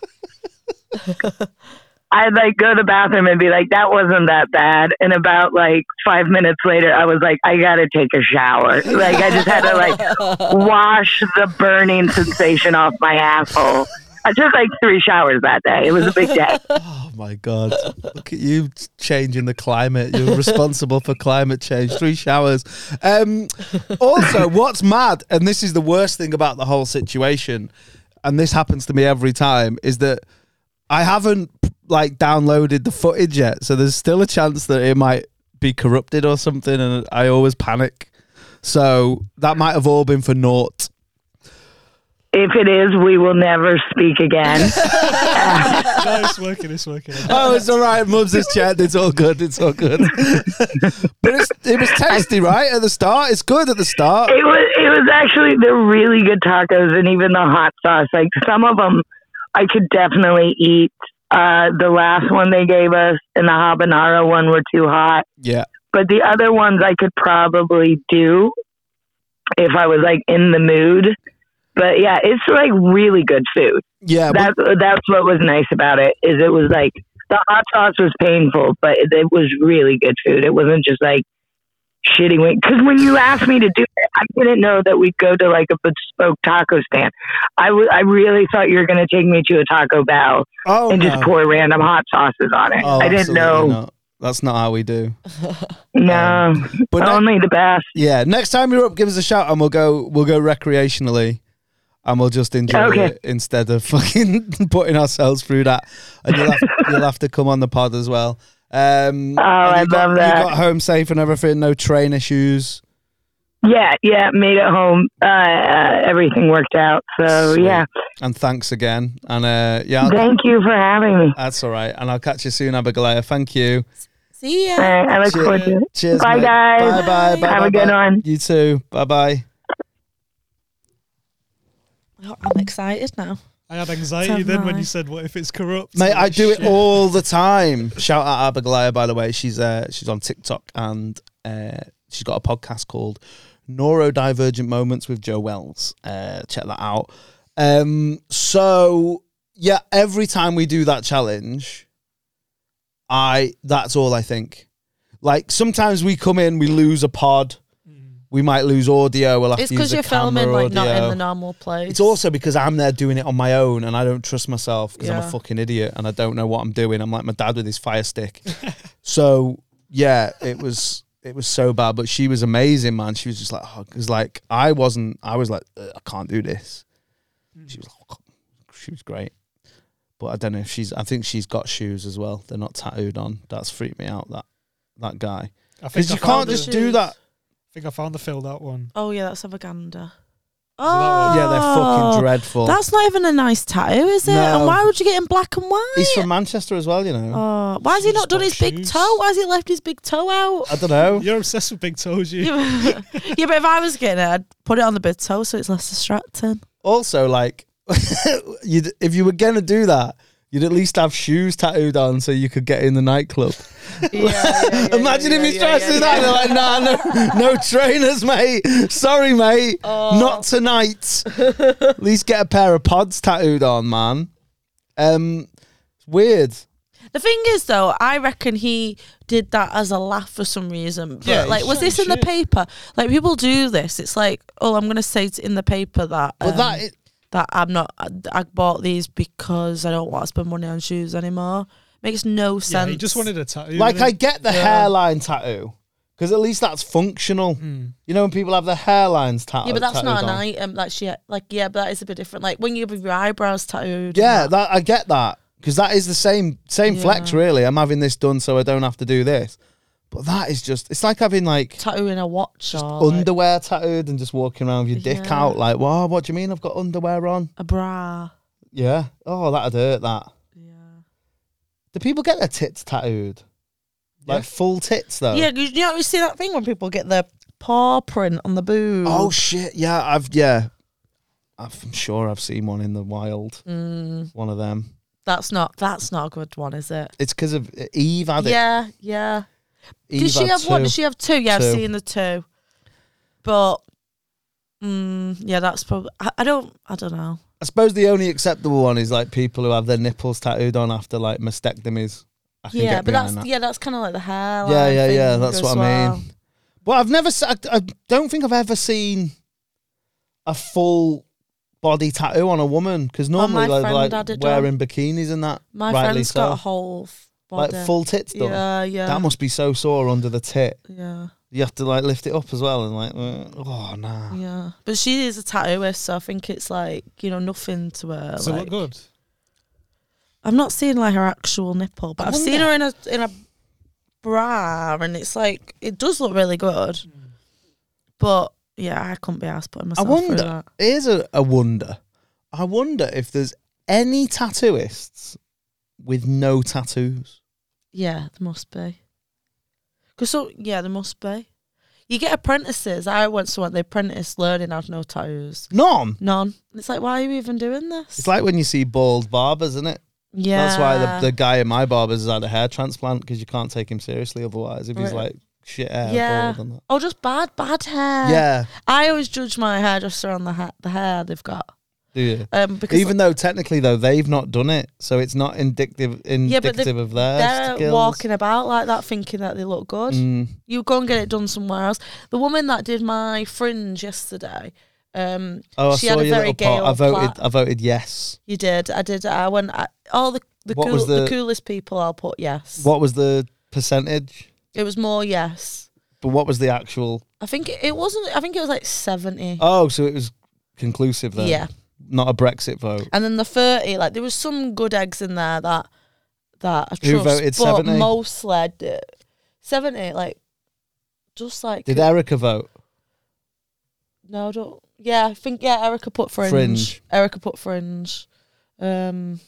H: I'd like go to the bathroom and be like, "That wasn't that bad." And about like five minutes later, I was like, "I gotta take a shower." Like I just had to like wash the burning sensation off my asshole. I took like three showers that day. It was a big day.
A: Oh my god! Look at you changing the climate. You're responsible for climate change. Three showers. Um, also, what's mad, and this is the worst thing about the whole situation, and this happens to me every time, is that I haven't like downloaded the footage yet, so there's still a chance that it might be corrupted or something, and I always panic. So that might have all been for naught.
H: If it is, we will never speak again.
C: No, it's working. It's working.
A: Oh, it's all right. Mum's just chatting. It's all good. It's all good. but it's, it was tasty, right? At the start, it's good at the start.
H: It was it was actually they're really good tacos and even the hot sauce. Like some of them, I could definitely eat. Uh, the last one they gave us and the habanero one were too hot,
A: Yeah,
H: but the other ones I could probably do if I was like in the mood. But yeah, it's like really good food.
A: yeah. but-
H: That's that's what was nice about it is it was like the hot sauce was painful, but it, it was really good food. It wasn't just like shitty wing. Because when you asked me to do it, I didn't know that we'd go to like a bespoke taco stand. I, w- I really thought you were going to take me to a Taco Bell
A: oh,
H: and
A: no.
H: just pour random hot sauces on it.
A: Oh,
H: I didn't
A: absolutely
H: know.
A: not. That's not how we do.
H: No,
A: But ne-
H: only the best.
A: yeah, next time you're up, give us a shout, and we'll go. We'll go recreationally, and we'll just enjoy
H: Okay.
A: it instead of fucking putting ourselves through that. And you'll have, you'll have to come on the pod as well. Um, and
H: Oh, I
A: you got,
H: love that.
A: You got home safe and everything. No train issues.
H: Yeah, yeah, made it home. Uh, uh, everything worked out. So
A: Sweet.
H: Oh, yeah,
A: And thanks again. And uh, yeah, I'll-
H: thank you for having me.
A: That's all right. And I'll catch you soon, Abigail. Thank you.
B: See ya.
H: All right, I look
A: Cheers.
H: forward to it.
A: Cheers.
H: Bye,
A: mate. Bye
H: guys.
A: bye. bye
H: Have a
A: bye,
H: good
A: bye.
H: one.
A: You too. Bye bye.
B: Oh, I'm excited now.
C: I had anxiety
B: Have
C: then when
B: I.
C: you said, "What if it's corrupt?"
A: Mate, I
C: Holy
A: do it
C: shit.
A: all the time. Shout out Abigail, by the way. She's uh, she's on TikTok and uh, she's got a podcast called Neurodivergent Moments with Joe Wells. Uh, check that out. Um, so yeah, every time we do that challenge, I that's all I think. Like sometimes we come in, we lose a pod, we might lose audio. We'll have
B: It's
A: to use
B: because
A: the
B: you're filming
A: camera
B: like not in
A: audio.
B: the normal place.
A: It's also because I'm there doing it on my own and I don't trust myself because I'm
B: Yeah.
A: a fucking idiot and I don't know what I'm doing. I'm like my dad with his fire stick. so yeah, it was it was so bad, but she was amazing, man. She was just like, oh, because like I wasn't, I was like, "Ugh, I can't do this. She was like, "Oh, she was great, but I don't know if she's. I think she's got shoes as well. They're not tattooed on. That's freaked me out. That that guy
C: I think
A: because
C: I
A: you
C: found
A: can't
C: the-
A: just do that.
C: I think I found the filled out one.
B: Oh yeah, that's Avaganda.
C: one?
B: Oh
A: Yeah, they're fucking dreadful.
B: That's not even a nice tattoo, is it?
A: No.
B: And why would you get in black and white?
A: He's from Manchester as well, you know.
B: Oh, why has he
C: He's
B: not done
C: got
B: his big
C: shoes.
B: toe? Why has he left his big toe out?
A: I don't know.
C: You're obsessed with big toes, you.
B: yeah, but if I was getting it, I'd put it on the big toe so it's less distracting.
A: also like you'd if you were gonna do that you'd at least have shoes tattooed on so you could get in the nightclub imagine if he's dressed in that and they're like nah no, no trainers mate sorry mate not tonight at least get a pair of pods tattooed on man um it's weird
B: The thing is, though, I reckon he did that as a laugh for some reason. But
C: Yeah,
B: like,
C: he's
B: was this in
C: chatting
B: the
C: shit.
B: paper? Like, people do this. It's like, oh, I'm gonna say t- in the paper that
A: But
B: um,
A: that is,
B: that I'm not. I, I bought these because I don't want to spend money on shoes anymore. Makes no
C: Yeah,
B: sense.
C: he just wanted a tattoo.
A: like I
C: didn't
A: get the hairline tattoo because at least that's functional.
C: Hmm.
A: You know when people have their hairlines tattoo- tattooed.
B: Yeah, but that's not an
A: on?
B: item. Like she, like yeah, but that is a bit different. Like when you have your eyebrows tattooed. and
A: Yeah,
B: that.
A: that I get that because that is the same same flex. Really, I'm having this done so I don't have to do this. But that is just it's like having like
B: tattooing a watch or like,
A: underwear tattooed and just walking around with your dick
B: Yeah.
A: out. Like, wow, what do you mean I've got underwear on?
B: a bra.
A: Yeah. Oh, that'd hurt. That. Do people get their tits tattooed? Like full tits though.
B: Yeah, you, you know, you see that thing when people get their paw print on the boob.
A: Oh shit! Yeah, I've yeah, I've- I'm sure I've seen one in the wild. One of them.
B: Mm, that's not that's not a good one, is it?
A: It's because of Eve had it.
B: Yeah, yeah.
A: Eve
B: Did she
A: had
B: have one?
A: two.
B: Did she have two? Yeah, i I've
A: Two.
B: seen the two. But mm, yeah, that's probably. I, I don't. I don't know.
A: I suppose the only acceptable one is like people who have their nipples tattooed on after like mastectomies. I can
B: Yeah,
A: get
B: but that's
A: behind that.
B: yeah, that's kind of like the hair.
A: Yeah, yeah, yeah, that's what I mean. Well, I've never. se- I, I don't think I've ever seen a full body tattoo on a woman because
B: Well,
A: normally
B: my
A: like,
B: friend
A: like
B: had it done.
A: wearing bikinis and that.
B: My
A: rightly
B: friend's
A: so.
B: got a whole f-
A: like
B: body.
A: full tits done.
B: Yeah, yeah.
A: That must be so sore under the tit.
B: yeah,
A: You have to like lift it up as well and like, uh, oh nah.
B: yeah. But she is a tattooist, so I think it's like you know nothing to her.
C: So
B: like,
C: look good.
B: I've not seen like her actual nipple, but
A: I
B: I've seen
A: wonder-
B: her in a in a bra, and it's like it does look really good. But yeah, I couldn't be asked putting
A: Hmm. I
B: myself through
A: wonder.
B: that.
A: Here's a, a wonder. I wonder if there's any tattooists with no tattoos.
B: Yeah, there must be. Cause so yeah, there must be. You get apprentices. I once went the apprentice learning how to know tattoos.
A: None.
B: None. It's like, why are you even doing this?
A: It's like when you see bald barbers, isn't it?
B: yeah,
A: That's why the, the guy in my barber's has had a hair transplant because you can't take him seriously otherwise if he's
B: Right.
A: like shit hair
B: yeah. Uh,
A: bald and that.
B: Oh, just bad, bad hair.
A: Yeah,
B: I always judge my hairdresser on the ha- the hair they've got.
A: do you?
B: Um, because
A: Even though technically though they've not done it, so it's not indicative
B: Yeah, but
A: indicative
B: they've-
A: of theirs.
B: they're walking about like that thinking that they look good.
A: Mm.
B: You go and get it done somewhere else. The woman that did my fringe yesterday, um,
A: Oh, I
B: she
A: saw
B: had a
A: your
B: very
A: little
B: gay
A: part. I
B: old
A: voted.
B: plait.
A: I voted yes.
B: You did. I did. I went. I, all the the,
A: What
B: cool,
A: was
B: the
A: the-
B: coolest people. I'll put yes.
A: What was the percentage?
B: It was more yes.
A: But what was the actual?
B: I think it, it wasn't. I think it was like seventy.
A: Oh, so it was conclusive then.
B: yeah.
A: Not a Brexit vote.
B: And then the thirty, like there was some good eggs in there that that I trust,
A: Who voted
B: but
A: 70?
B: mostly d- seventy, like just like
A: Did Erica vote?
B: no, I don't. Yeah, I think yeah, Erica put fringe.
A: Fringe.
B: Erica put fringe. Um,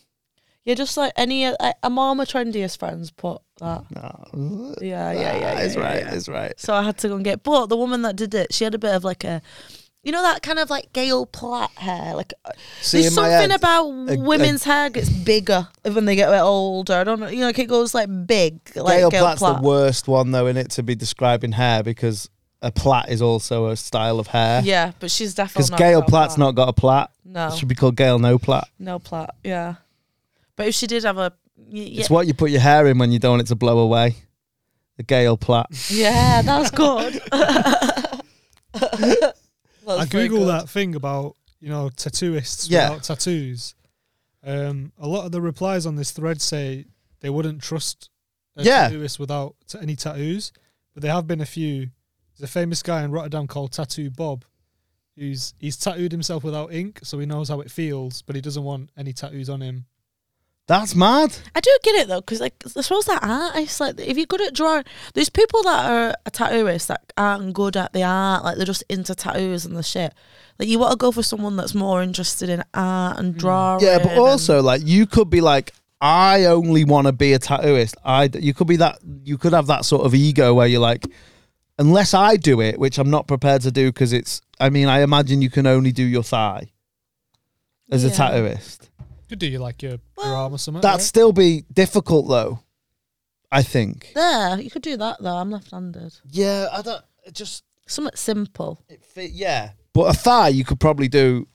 B: yeah, just like any uh, uh, more my trendiest friends put that.
A: No.
B: Yeah, yeah, yeah,
A: Ah, It's
B: yeah, yeah,
A: right.
B: yeah.
A: It's right.
B: So I had to go and get. But the woman that did it, she had a bit of like a, you know, that kind of like Gail Platt hair. Like uh,
A: See
B: there's
A: in my
B: something
A: head.
B: about
A: a-
B: women's hair gets bigger when they get a bit older. I don't know, you know, like it goes like big, like
A: Gail
B: Gail,
A: Platt's
B: Platt.
A: the worst one though in it to be describing hair because a plait is also a style of hair.
B: Yeah, but she's definitely
A: Because
B: not
A: Gail
B: Gail
A: Platt's
B: Platt.
A: not got a plait.
B: No,
A: It should be called Gail No Platt.
B: no Platt. Yeah, but if she did have a, y- yeah,
A: It's what you put your hair in when you don't want it to blow away. The Gail Platt.
B: yeah, that was good. That was
C: I
B: very
C: googled
B: good.
C: that thing about you know tattooists
A: Yeah.
C: without tattoos. Um, a lot of the replies on this thread say they wouldn't trust a
A: Yeah.
C: tattooist without t- any tattoos, but there have been a few. There's a famous guy in Rotterdam called Tattoo Bob, who's he's tattooed himself without ink, so he knows how it feels, but he doesn't want any tattoos on him.
A: That's mad.
B: I do get it though, because like I suppose that artists, like if you're good at drawing, there's people that are a tattooist that aren't good at the art, like they're just into tattoos and the shit. Like you want to go for someone that's more interested in art and drawing.
A: Yeah, but
B: and-
A: also like you could be like, I only want to be a tattooist. I d- you could be that you could have that sort of ego where you're like, unless I do it, which I'm not prepared to do because it's. I mean, I imagine you can only do your thigh as a
B: Yeah.
A: tattooist.
C: Could do you like your, your
B: Well,
C: arm or something?
A: That'd still be difficult though. I think.
B: there you could do that though. I'm left-handed.
A: Yeah, I don't. It just
B: Somewhat simple.
A: it fit. Yeah, but a thigh you could probably do.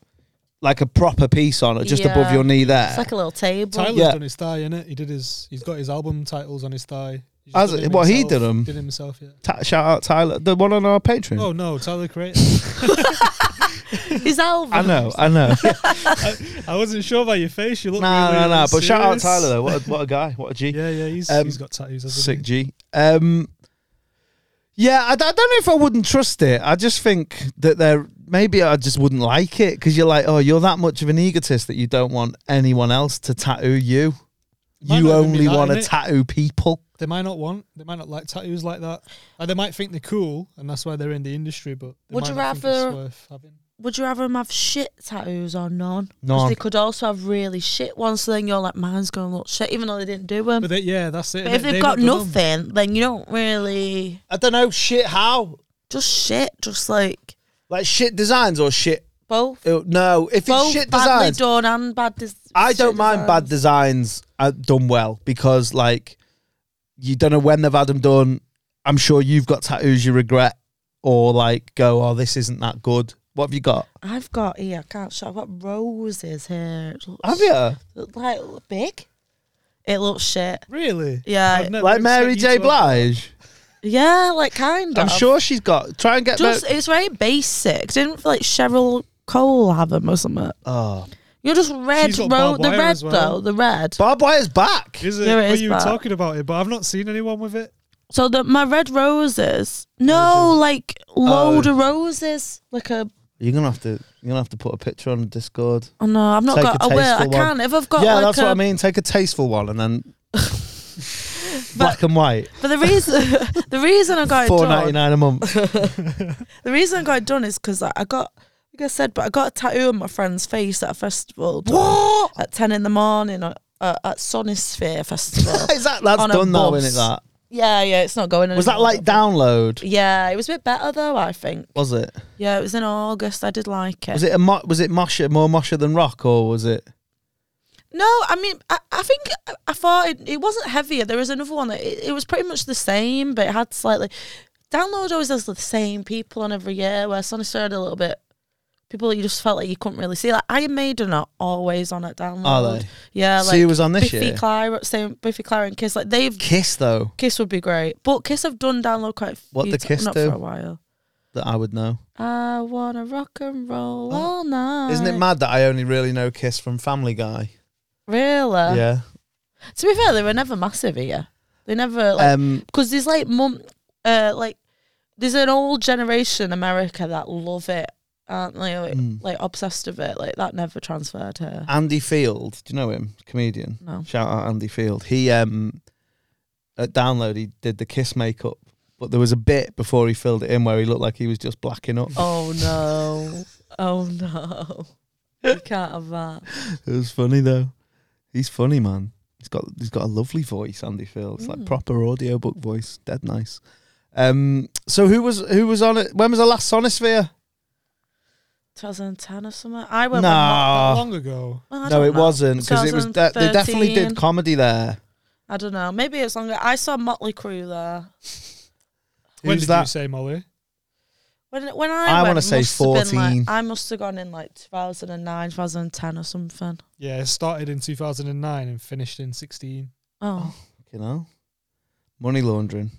A: like a proper piece on it, just above
B: Yeah.
A: your knee there.
B: It's like a little table.
C: Tyler's
A: Yeah.
C: done his thigh, innit? He did his. He's got his album titles on his thigh. He's
A: Has
C: done
A: it?
C: him
A: What, he did
C: himself.
A: 'em?
C: Did him himself, yeah.
A: Ta- shout out Tyler, the one on our Patreon.
C: Oh no, Tyler Creator.
B: His album.
A: I know, I know.
C: I wasn't sure by your face. You look.
A: no, no,
C: really
A: no. But shout out
C: serious.
A: Tyler though. What a, what a guy. What a G.
C: Yeah, yeah, he's,
A: Um,
C: he's got tattoos. hasn't
A: Sick
C: he?
A: G. Um, yeah, I, d- I don't know if I wouldn't trust it. I just think that there maybe I just wouldn't like it because you're like, oh, you're that much of an egotist that you don't want anyone else to tattoo you.
C: Might
A: you
C: not even be
A: only
C: that,
A: want to
C: innit?
A: tattoo people.
C: They might not want. They might not like tattoos like that. Like, they might think they're cool, and that's why they're in the industry. But they
B: Would
C: might
B: you
C: not think it's
B: rather-
C: worth having?
B: Would you rather him have shit tattoos or none?
A: None.
B: Because they could also have really shit ones. So then you're like, mine's gonna look shit, even though they didn't do them.
C: But
B: But,
C: they, yeah, that's
B: if
C: it. innit?
B: they've,
C: They've
B: got
C: not done 'em.
B: nothing, then you don't really
A: I don't know. Shit, how?
B: just shit. Just like
A: Like shit designs or shit?
B: both,
A: uh, No, if
B: both
A: it's shit
B: badly
A: designs,
B: done and bad. Des-
A: I
B: shit
A: don't mind bad designs
B: designs.
A: uh, done well because like you don't know when they've had them done. I'm sure you've got tattoos you regret or like go, oh, this isn't that good. What have you got?
B: I've got here. I can't show. I've got roses here. It looks,
A: Have you?
B: look like look big. It looks shit.
C: Really?
B: Yeah,
C: I've never
A: Like Mary
C: expected you
A: J.
C: to have-
A: Blige.
B: yeah, like kind of.
A: I'm sure she's got. Try and get
B: Just
A: Mar-
B: it's very basic. Didn't like Cheryl Cole have them or something?
A: oh.
B: You're just red,
C: She's got
B: ro-
C: barbed
B: the
C: wire
B: red
C: as well.
B: though, the red.
A: Bob Wire's back.
C: Is it?
B: There
C: Well,
B: is,
C: you were
B: but-
C: talking about it, but I've not seen anyone with it.
B: So the my red roses, no, like
A: Oh.
B: load of roses, like a.
A: You're gonna have to. You're gonna have to put a picture on Discord.
B: Oh no, I've not
A: Take
B: got.
A: a
B: I will. I
A: tasteful one.
B: can't. If I've got,
A: yeah,
B: like
A: that's
B: a,
A: what I mean. Take a tasteful one and then black and white.
B: But the reason, the reason I got it
A: Four
B: done,
A: ninety nine a month.
B: the reason I got it done is because like, I got, like I said, but I got a tattoo on my friend's face at a festival. done At ten in the morning at, at, at Sonisphere Festival.
A: Is that that's
B: On a
A: done now,
B: bus.
A: isn't it? That
B: yeah, yeah, it's not going.
A: was that
B: anymore.
A: like download.
B: Yeah, it was a bit better though. I think.
A: Was it?
B: Yeah, it was in August. I did like it.
A: Was it a mo- was it mosher more mosher than rock or was it?
B: No, I mean, I, I think I thought it, it wasn't heavier. There was another one that it, it was pretty much the same, but it had slightly. Download always has the same people on every year, where Sinister had a little bit. People you just felt like you couldn't really see. Like Iron Maiden are always on at Download.
A: Are they?
B: Yeah,
A: So
B: like
A: who was on this
B: Biffy
A: year?
B: Clyro, same Biffy Clyro and Kiss. Like they've
A: Kiss though
B: Kiss would be great, but Kiss have done Download quite. A few
A: What did
B: ti-
A: Kiss
B: Not
A: do?
B: for a while.
A: that I would know.
B: I wanna rock and roll
A: Oh.
B: all night.
A: Isn't it mad that I only really know Kiss from Family Guy?
B: Really?
A: yeah.
B: To be fair, they were never massive here. They never like
A: Um.
B: because there's like mum, uh, like there's an old generation America that love it, aren't they? Like,
A: Mm.
B: like obsessed with it. Like that never transferred here.
A: Andy Field. Do you know him? Comedian.
B: No.
A: Shout out Andy Field. He um at download he did the Kiss makeup, but there was a bit before he filled it in where he looked like he was just blacking up.
B: Oh no! oh no! You can't have that.
A: It was funny though. He's funny, man. He's got he's got a lovely voice, Andy Phil. It's like
B: Mm.
A: proper audiobook voice. Dead nice. Um so who was who was on it when was the last Sonosphere?
B: 2010 or something. I
A: No,
B: went. Nah.
A: Ah.
C: Not long ago.
A: no, it wasn't because it was de- they definitely
B: 2013.
A: did comedy there.
B: I don't know. Maybe it's longer. I saw Motley Crue there.
C: when
A: Who's
C: did
A: that?
C: you say, Molly?
B: When when
A: I
B: I,
A: wanna
B: went, it
A: say
B: must have been,
A: 14.
B: Like, I must have gone in like 2009, 2010 or something.
C: Yeah, it started in 2009 and finished in 16.
B: Oh.
A: You know, money laundering.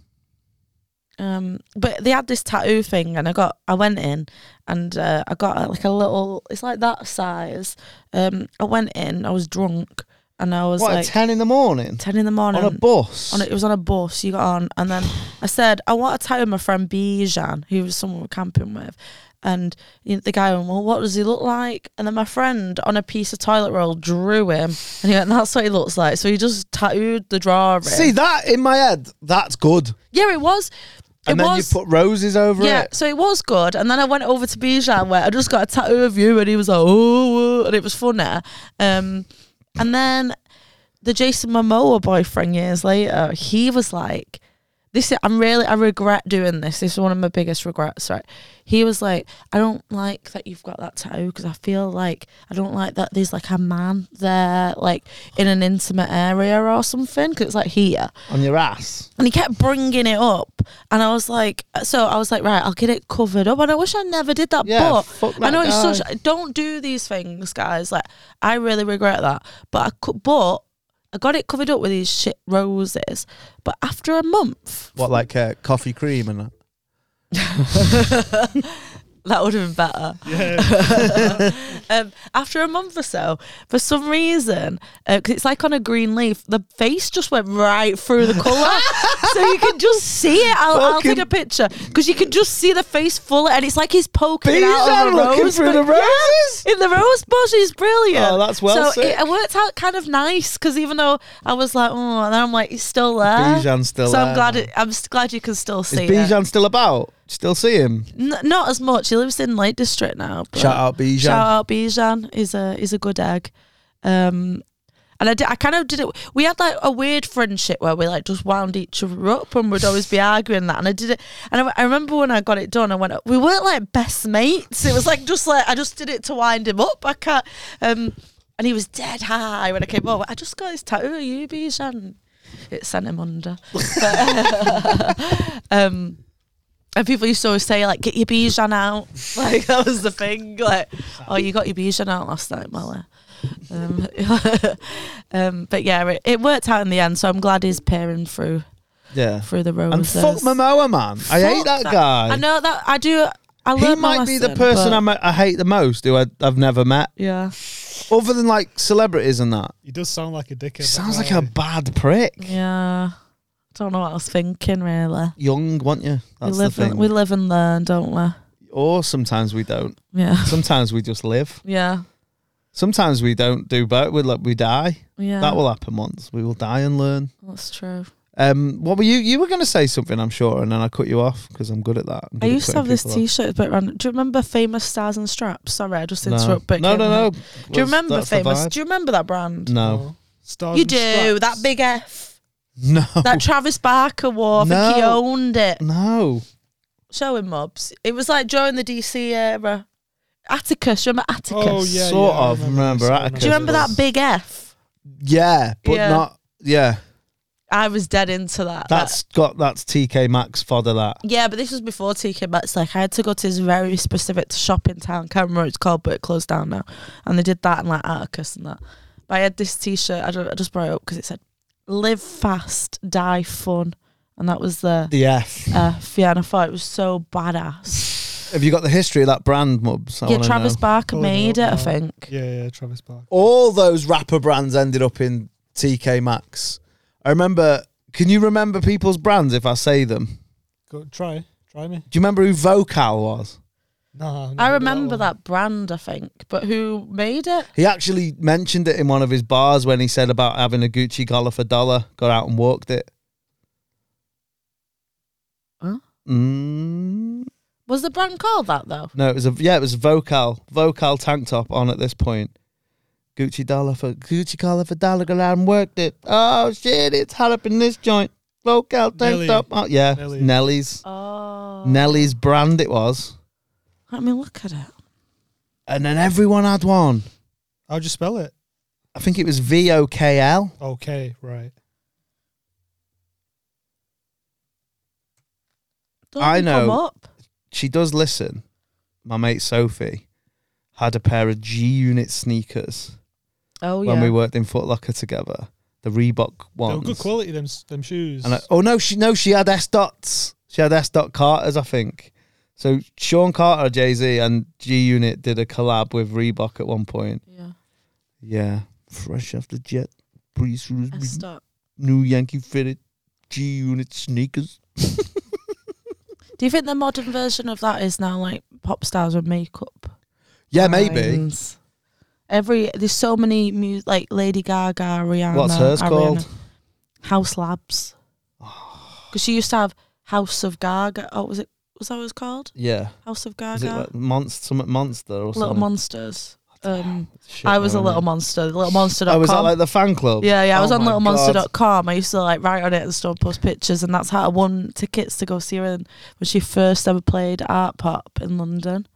B: Um, but they had this tattoo thing, and I got, I went in, and uh, I got uh, like a little, it's like that size. Um, I went in, I was drunk, and I was
A: What
B: like
A: at ten in the morning
B: 10 in the morning.
A: on a bus?
B: on a- it was on a bus. You got on, and then I said, I want to tattoo my friend Bijan, who was someone we we're camping with, and you know, the guy went, well, what does he look like? And then my friend on a piece of toilet roll drew him, and he went, that's what he looks like. So he just tattooed the drawing.
A: See that in my head, that's good.
B: yeah, it was. It
A: And then
B: was,
A: you put roses over
B: yeah,
A: it.
B: so it was good. And then I went over to Bijan where I just got a tattoo of you, and he was like, oh, oh," and it was funny. Um, and then the Jason Momoa boyfriend years later, he was like, This is, I'm really I regret doing this. This is one of my biggest regrets. Right? He was like, I don't like that you've got that tattoo because I feel like I don't like that there's like a man there, like in an intimate area or something, because it's like here
A: on your ass.
B: and he kept bringing it up and i was like so i was like right i'll get it covered up and i wish i never did that
A: Yeah,
B: but
A: fuck
B: i
A: that
B: know
A: guy.
B: it's such don't do these things guys like i really regret that but i could but i got it covered up with these shit roses but after a month
A: What like uh, coffee cream and that?
B: that would have been better um, after a month or so for some reason uh 'cause it's like on a green leaf the face just went right through the colour so you can just see it I'll, I'll take
A: Fucking-
B: a picture because you can just see the face full and it's like he's poking it
A: Bees
B: out
A: are
B: of a
A: looking
B: rose
A: through the
B: but- Yeah,
A: roses?
B: in the rose bush is brilliant
A: Oh, that's well
B: so it,
A: sick.
B: it worked out kind of nice because even though I was like oh and then I'm like he's still there
A: Bijan's still
B: Uh, so I'm
A: there,
B: glad
A: man.
B: it, I'm s- glad you can still see
A: Is
B: it
A: Bijan still about? Still see him?
B: N- not as much he lives in Lake District now but-
A: Shout out Bijan.
B: Shout out Bijan. He's a he's a good egg. Um, and I did, I kind of did it. We had like a weird friendship where we like just wound each other up and would always be arguing that. And I did it. And I, I remember when I got it done, I went, we weren't like best mates. It was like just like I just did it to wind him up. I can't. Um, and he was dead high when I came over. I just got this tattoo of you, Bijan. It sent him under. But, um, and people used to always say like, "Get your Bijan out." Like that was the thing. Like, oh, you got your Bijan out last night, Molly. Um, um, but yeah, it, it worked out in the end. So I'm glad he's peering through
A: Yeah.
B: through the
A: And
B: roses.
A: fuck Momoa, man. I hate that,
B: Fuck
A: guy.
B: I know that I do. I
A: He
B: learned my
A: might be the
B: lesson,
A: person
B: but-
A: I'm, I hate the most who I, I've never met,
B: Yeah,
A: other than like celebrities and that.
C: He does sound like a dickhead.
A: He
C: that
A: sounds like
C: guy.
A: a bad prick.
B: yeah. Don't know what I was thinking really.
A: Young, want you?
B: We
A: That's the
B: live,
A: thing.
B: and, we live and learn, don't we?
A: or sometimes we don't.
B: Yeah,
A: Sometimes we just live.
B: yeah,
A: Sometimes we don't do both. We like we die.
B: yeah.
A: That will happen once. We will die and learn.
B: That's true.
A: Um, what were you? You were going to say something, I'm sure, and then I cut you off because I'm good at that. I'm
B: I
A: good at
B: used to
A: cutting
B: have this
A: people off.
B: T-shirt, but random. do you remember famous stars and straps? Sorry, I just
A: No.
B: interrupt. But it
A: no,
B: came
A: no,
B: up.
A: no.
B: Do you
A: That's-
B: remember
A: that's the
B: famous?
A: vibe.
B: Do you remember that brand?
A: No,
C: Oh. Stars
B: You
C: and
B: do
C: Straps.
B: that big F
A: no,
B: that Travis Barker wore. I think he
A: No.
B: owned it.
A: no.
B: Show him mobs. It was like during the DC era. Atticus, remember Atticus?
C: Oh yeah,
A: Sort
C: yeah, I
A: of remember
C: this, I
A: Atticus.
B: Do you remember that
C: this.
B: big F?
A: Yeah, but
B: Yeah.
A: not. Yeah,
B: I was dead into that.
A: that's got that's TK Maxx fodder. That
B: That- yeah, but this was before TK Maxx. Like I had to go to this very specific shop in town. Can't remember what it's called, but it closed down now. And they did that and like Atticus and that. But I had this T-shirt. I, don't, I just brought it up because it said "Live fast, die fun," and that was the
A: the F.
B: F. Yeah, and I thought uh, it was so badass.
A: Have you got the history of that brand, Mubs? I
B: yeah,
A: wanna
B: Travis
A: know.
B: Barker
C: Pulling
B: made
C: it
B: it,
C: up
B: I
C: now.
B: think.
C: Yeah, yeah, Travis Barker.
A: All those rapper brands ended up in TK Maxx. I remember. Can you remember people's brands if I say them?
C: Go try, try me.
A: Do you remember who Vocal was?
C: Nah,
B: I remember
C: one.
B: that brand, I think, but who made it?
A: He actually mentioned it in one of his bars when he said about having a Gucci collar for dollar. Got out and walked it.
B: Huh?
A: Mm,
B: Was the brand called that though?
A: no, it was a yeah, it was Vocal Vocal tank top on at this point. Gucci dollar for Gucci collar for dollar. Got out and worked it. Oh shit, it's hot up in this joint. Vocal tank
C: Nelly.
A: top. Oh, yeah,
C: Nelly.
A: Nelly's
B: Oh,
A: Nelly's brand it was,
B: Let me look at it.
A: and then everyone had one.
C: How'd you spell it?
A: I think it was V O K L.
C: Okay, right.
B: Don't
A: I
B: they come
A: know.
B: up?
A: she does listen. My mate Sophie had a pair of G Unit sneakers
B: Oh yeah.
A: when we worked in Foot Locker together. The Reebok
C: They
A: ones.
C: were good quality them s- them shoes.
A: And I, oh no, she no, she had S dots. She had S dot Carters, I think. So Sean Carter, Jay Z, and G Unit did a collab with Reebok at one point.
B: yeah.
A: Yeah, fresh off the jet, breeze through
B: I
A: his
B: stop.
A: new Yankee fitted G Unit sneakers.
B: Do you think the modern version of that is now like pop stars with makeup?
A: Yeah, maybe.
B: lines? Every there's so many mu- like Lady Gaga, Rihanna.
A: What's hers
B: Ariana.
A: called?
B: House Labs. Because she used to have House of Gaga. Oh, was it? Was that what it was called?
A: Yeah,
B: House of
A: is it
B: Gaga.
A: like monster, monster or
B: Little
A: something?
B: Monsters. Um,
A: Shit,
B: I was a
A: man.
B: little monster. Little monster.
A: Oh, was that like the fan club?
B: Yeah, yeah. I was
A: Oh
B: on
A: my God.
B: littlemonster.com. I used to like write on it and stuff, post pictures, and that's how I won tickets to go see her in, when she first ever played Art Pop in London.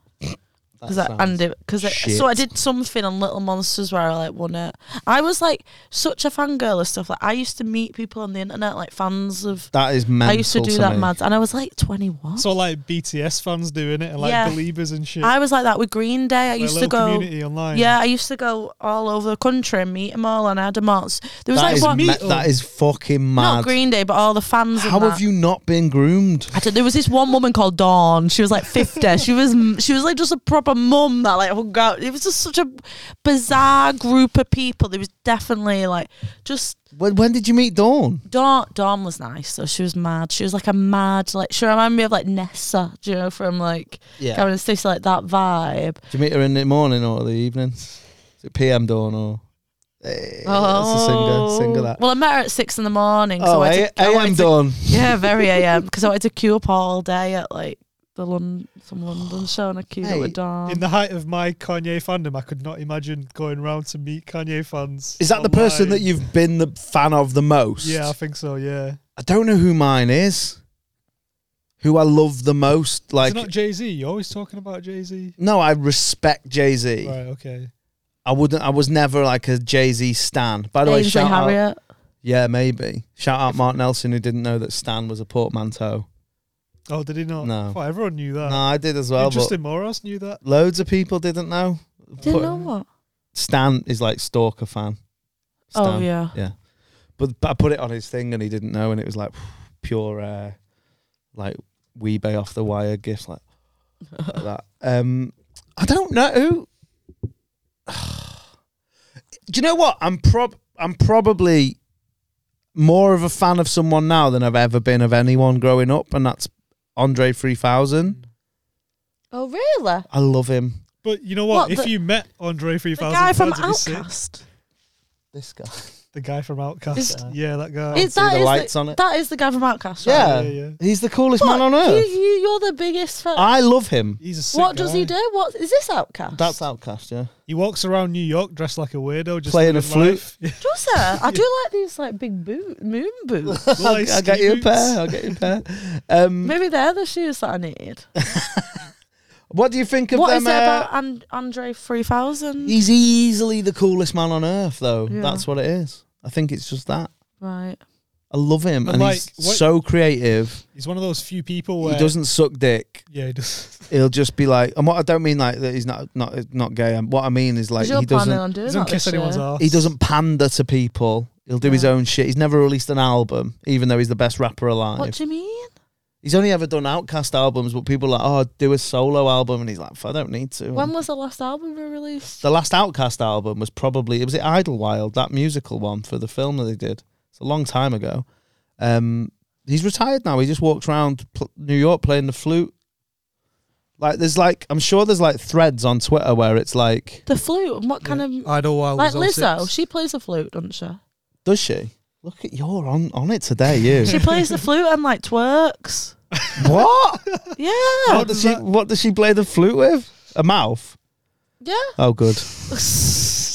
B: Because
A: That
B: I and
A: sounds
B: it because so
A: shit.
B: I did something on Little Monsters where I like won it. I was like such a fangirl of stuff. Like I used to meet people on the internet, like fans of.
A: That is mental.
B: I used to do that
A: me.
B: mad, and I was like twenty one.
C: So like BTS fans doing it, and like
B: Yeah.
C: believers and shit.
B: I was like that with Green Day. I
C: Like,
B: used to
C: little
B: go.
C: community online.
B: Yeah, I used to go all over the country and meet them all, and I had them all. There was
A: That
B: like
A: is
B: one,
A: me- that is fucking mad.
B: not Green Day, but all the fans. and
A: How
B: that.
A: have you not been groomed?
B: I don't- there was this one woman called Dawn. She was like fifty. she was she was like just a proper mum that like hung out. It was just such a bizarre group of people. There was definitely like just
A: When, when did you meet Dawn?
B: Dawn. Dawn was nice though. She was mad. She was like a mad like. She reminded me of like Nessa. Do you know from like
A: Yeah.
B: Karen and Stacey like that vibe.
A: Did you meet her in the morning or the evening? Is it PM Dawn or? Hey,
B: Oh.
A: That's a singer. Singer that.
B: Well, I met her at six in the morning. so
A: oh,
B: I,
A: I,
B: had to- I wanted
A: am
B: to-
A: Dawn.
B: Yeah, very AM because I wanted to queue up all day at like the Lon- some London show and I queued up
A: Hey,
B: with Dawn.
C: In the height of my Kanye fandom, I could not imagine going round to meet Kanye fans.
A: Is that the person that
C: online.
A: you've been the fan of the most?
C: Yeah, I think so. Yeah,
A: I don't know who mine is. Who I love the most,
C: like,
A: like
C: it's not Jay Z. You're always talking about Jay Z.
A: no, I respect Jay Z.
C: Right. Okay.
A: I wouldn't. I was never like a Jay Z stan. By the way,
B: Ainsley
A: shout out.
B: Harriet.
A: Yeah, maybe. Shout out Mark Nelson who didn't know that Stan was a portmanteau.
C: Oh, did he not?
A: No.
C: I thought everyone knew that.
A: no, I did as well. But
C: Justin Moros knew that.
A: loads of people didn't know.
B: Didn't
A: But
B: know what.
A: Stan is like stalker fan.
B: Oh
A: Stan.
B: yeah.
A: But, but I put it on his thing and he didn't know, and it was like pure, uh, like Weebay off the wire gifts, like, like that. Um, I don't know. who- Do you know what? I'm prob I'm probably more of a fan of someone now than I've ever been of anyone growing up, and that's Andre 3000.
B: Oh really?
A: I love him.
C: But you know what?
B: What,
C: if
B: the-
C: you met Andre three
B: The
C: thousand,
B: guy from Outcast.
A: This guy.
C: the guy from Outcast.
B: Is-
C: yeah, that guy.
B: Is
A: See
B: that
A: the
B: is
A: lights
B: the,
A: on it?
B: that is the guy from Outcast? Right?
A: yeah.
C: Yeah, yeah.
A: he's the coolest
B: What?
A: man on earth.
B: You, you you're the biggest fan.
A: I love him.
C: He's a sick
B: what does he
C: guy.
B: do? What is this Outcast?
A: That's Outcast, yeah.
C: He walks around New York dressed like a weirdo, just
A: Playing a
C: living
A: flute.
C: life. Yeah,
B: Does her? I do like these like big boot moon boots.
A: I'll,
C: like
A: I'll get
C: ski
A: you a
C: boots.
A: pair. I'll get you a pair. Um,
B: Maybe they're the shoes that I need.
A: What do you think of
B: What
A: them?
B: is it about
A: uh,
B: and- Andre three thousand?
A: he's easily the coolest man on earth, though.
B: Yeah.
A: That's what it is. I think it's just that.
B: Right.
A: I love him,
C: But
A: and
C: like,
A: he's
C: what-
A: so creative.
C: He's one of those few people where
A: He doesn't suck dick.
C: Yeah, he does.
A: He'll just be like, and what I don't mean like that he's not not not gay. Um, What I mean is like
B: Because you're
A: he
B: planning
A: doesn't
B: on doing
C: He
B: that
C: doesn't kiss
B: this
C: anyone's
B: year.
C: ass.
A: he doesn't pander to people. He'll do his
B: Yeah.
A: own shit. He's never released an album, even though he's the best rapper alive.
B: What do you mean?
A: He's only ever done Outcast albums, but people are like, oh, do a solo album, and he's like, I don't need
C: Hmm.
A: to.
B: When was the last album we released?
A: The last Outcast album was probably it was it Idlewild, that musical one for the film that they did. It's a long time ago. Um, he's retired now. He just walks around pl- New York playing the flute. Like there's like I'm sure there's like threads on Twitter where it's like,
B: The flute. And what kind of
C: Idlewild
B: like
C: was
B: Lizzo?
C: 06.
B: She plays the flute, doesn't she?
A: does she? Look at you're on on it today, you.
B: She plays the flute and like twerks.
A: what?
B: Yeah.
A: What does she what does she play the flute with? A mouth.
B: Yeah.
A: Oh, good.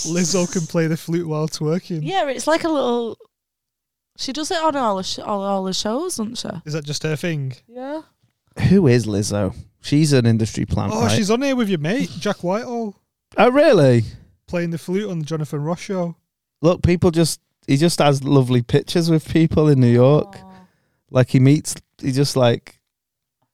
C: Lizzo can play the flute while twerking.
B: Yeah, it's like a little. She does it on all the sh- all, all the shows, doesn't she?
C: Is that just her thing?
B: Yeah.
A: Who is Lizzo? She's an industry plant.
C: Oh,
A: right?
C: she's on here with your mate, Jack Whitehall,
A: oh, really?
C: playing the flute on the Jonathan Ross show.
A: look, people just he just has lovely pictures with people in New York. Like he meets, he just like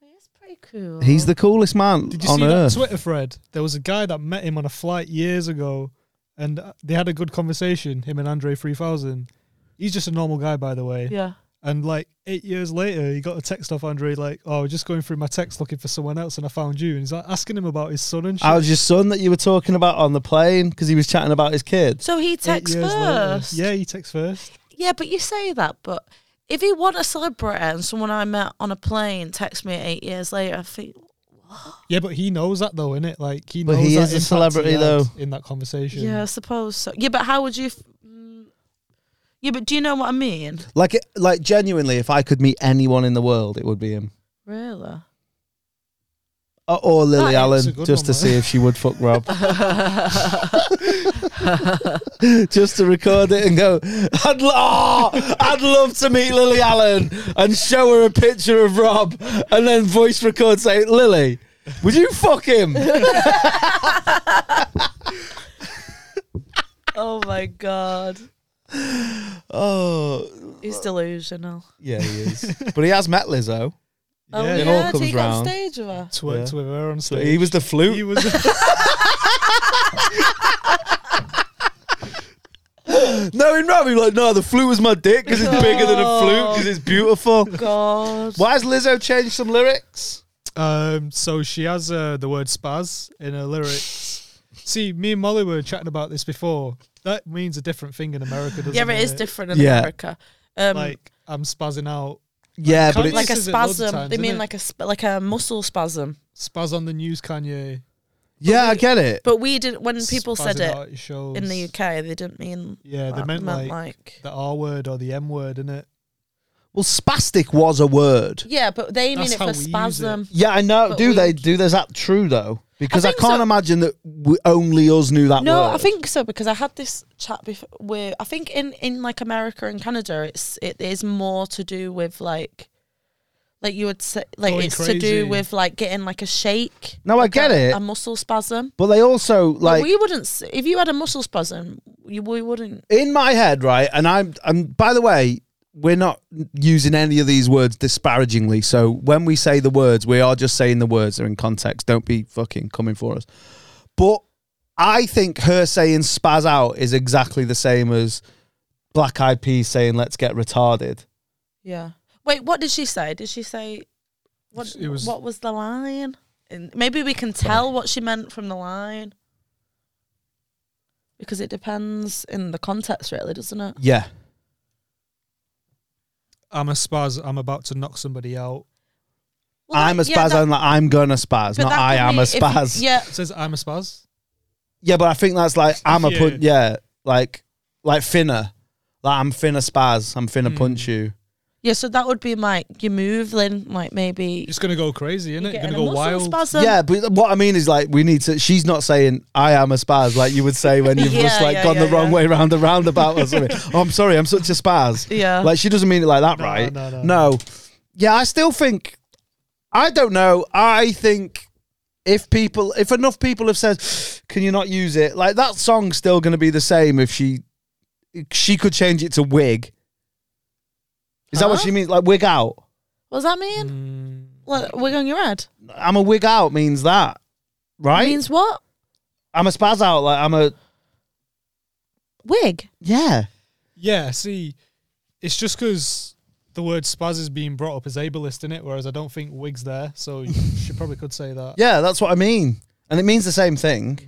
B: It's pretty cool.
A: he's the coolest man
C: Did you
A: on
C: see
A: earth.
C: that Twitter thread? There was a guy that met him on a flight years ago, and uh, they had a good conversation. Him and Andre three thousand. He's just a normal guy, by the way.
B: Yeah.
C: And like eight years later, he got a text off Andre like, "Oh, I was just going through my text looking for someone else, and I found you." And he's like asking him about his son and shit.
A: I was your son that you were talking about on the plane because he was chatting about his kids.
B: So he
C: Eight
B: texts
C: years later.
B: first.
C: Yeah, he texts first.
B: Yeah, but you say that, but if you want a celebrity and someone I met on a plane texts me eight years later, I think
C: Yeah, but he knows that though, innit? Like he
A: But
C: knows.
A: he
C: that
A: is a
C: impact
A: celebrity,
C: he had
A: though.
C: In that conversation.
B: Yeah, I suppose so. Yeah, but how would you? F- mm. yeah, but do you know what I mean?
A: Like, it, like genuinely, if I could meet anyone in the world, it would be him.
B: Really?
A: or, or Lily
B: That
C: is a
A: Allen
C: good
A: just to
C: one, though.
A: see if she would fuck Rob. just to record it and go, I'd, lo- oh, I'd love to meet Lily Allen and show her a picture of Rob and then voice record say, Lily, would you fuck him?
B: Oh my god,
A: oh,
B: he's delusional.
A: yeah, he is. but he has met Lizzo.
B: Oh
C: Yeah.
B: yeah,
A: It all comes
B: he got
A: round.
B: stage with her.
C: Twerked with her on
A: So
C: stage.
A: he was the flute.
C: He was.
A: Knowing Rob, he'd be like, no, the flute was my dick because it's bigger than a flute because it's beautiful.
B: God,
A: Why has Lizzo changed some lyrics?
C: Um, so she has uh, the word spaz in her lyrics. See, me and Molly were chatting about this before. That means a different thing in America, doesn't
B: yeah,
C: it?
B: it is different in
A: Yeah.
B: America. Um,
C: Like, I'm spazzing out.
A: Yeah,
C: but
A: but
C: it's-
A: it's
B: like a
C: uses it loads of
B: spasm.
C: times,
B: they
C: isn't
B: mean
C: it?
B: like a sp- like a muscle spasm.
C: Spaz on the news, Kanye.
A: yeah, I get it.
B: But we didn't. When people said
C: spazzing
B: it
C: out at shows.
B: in the UK, they didn't mean.
C: Yeah, they
B: that.
C: meant, like, the R word or the M word, innit?
A: Well, spastic was a word.
B: Yeah, but they mean
C: That's
B: it
C: how
B: for
C: we use it.
B: spasm.
A: Yeah, I know.
B: But
A: do
B: we-
A: they? Do there's that true though? Because I,
B: think
A: can't
B: so.
A: imagine that we, only us knew that
B: No,
A: word.
B: I think so because I had this chat before. Where I think in in like America and Canada, it's it is more to do with like, like you would say, like
C: Going
B: it's to
C: crazy.
B: do with like getting like a shake.
A: No, I
B: like
A: get
B: a-
A: it.
B: A muscle spasm.
A: But they also
B: Like
A: like
B: we wouldn't s- if you had a muscle spasm, you we wouldn't.
A: in my head, right? And I'm, I'm. By the way, we're not using any of these words disparagingly. So when we say the words, we are just saying the words. They're in context. Don't be fucking coming for us. But I think her saying "spaz out" is exactly the same as Black Eyed Peas saying "Let's get retarded."
B: Yeah. Wait, what did she say? Did she say what?
C: It was-
B: what was the line? And maybe we can tell what she meant from the line. Because it depends in the context, really, doesn't it?
A: Yeah.
C: I'm a spaz. I'm about to knock somebody out.
B: Well,
A: I'm a
B: that-
A: spaz.
B: yeah, that-
A: I'm like, I'm gonna spaz,
B: but
A: not
B: that
A: I
B: could
A: am
B: be
A: a
B: if you-
A: spaz. yeah.
B: yeah,
C: It says I'm a spaz.
A: but I think that's like I'm a punch. Yeah, like like finna, like I'm finna spaz. I'm finna punch you.
B: yeah. So that would be like your move, then, like maybe
C: It's gonna go crazy, innit? You're
B: getting
C: gonna
B: a
C: go
B: muscle
C: wild.
B: spasm.
A: yeah, but what I mean is like we need to. She's not saying I am a spaz like you would say when you've just
B: Yeah,
A: like
B: yeah,
A: gone the
B: yeah,
A: wrong
B: yeah.
A: way round the roundabout or something. oh, I'm sorry, I'm such a spaz.
B: Yeah.
A: like she doesn't mean it like that,
C: No,
A: right?
C: no, no,
A: no. Yeah, I still think. I don't know. I think if people, if enough people have said, "Can you not use it?" Like that song's still going to be the same. If she, she could change it to wig. Is that what
B: Huh?
A: she means? Like wig out.
B: What does that mean?
C: Mm,
B: Like, wig on your head
A: I'm a wig out means that, right?
B: means what?
A: I'm a spaz out. Like I'm a
B: Wig.
A: yeah.
C: yeah. See, it's just because the word spaz is being brought up as ableist, innit? Whereas I don't think wigs there, so she probably could say that.
A: Yeah, that's what I mean, and it means the same
C: Mm.
A: thing.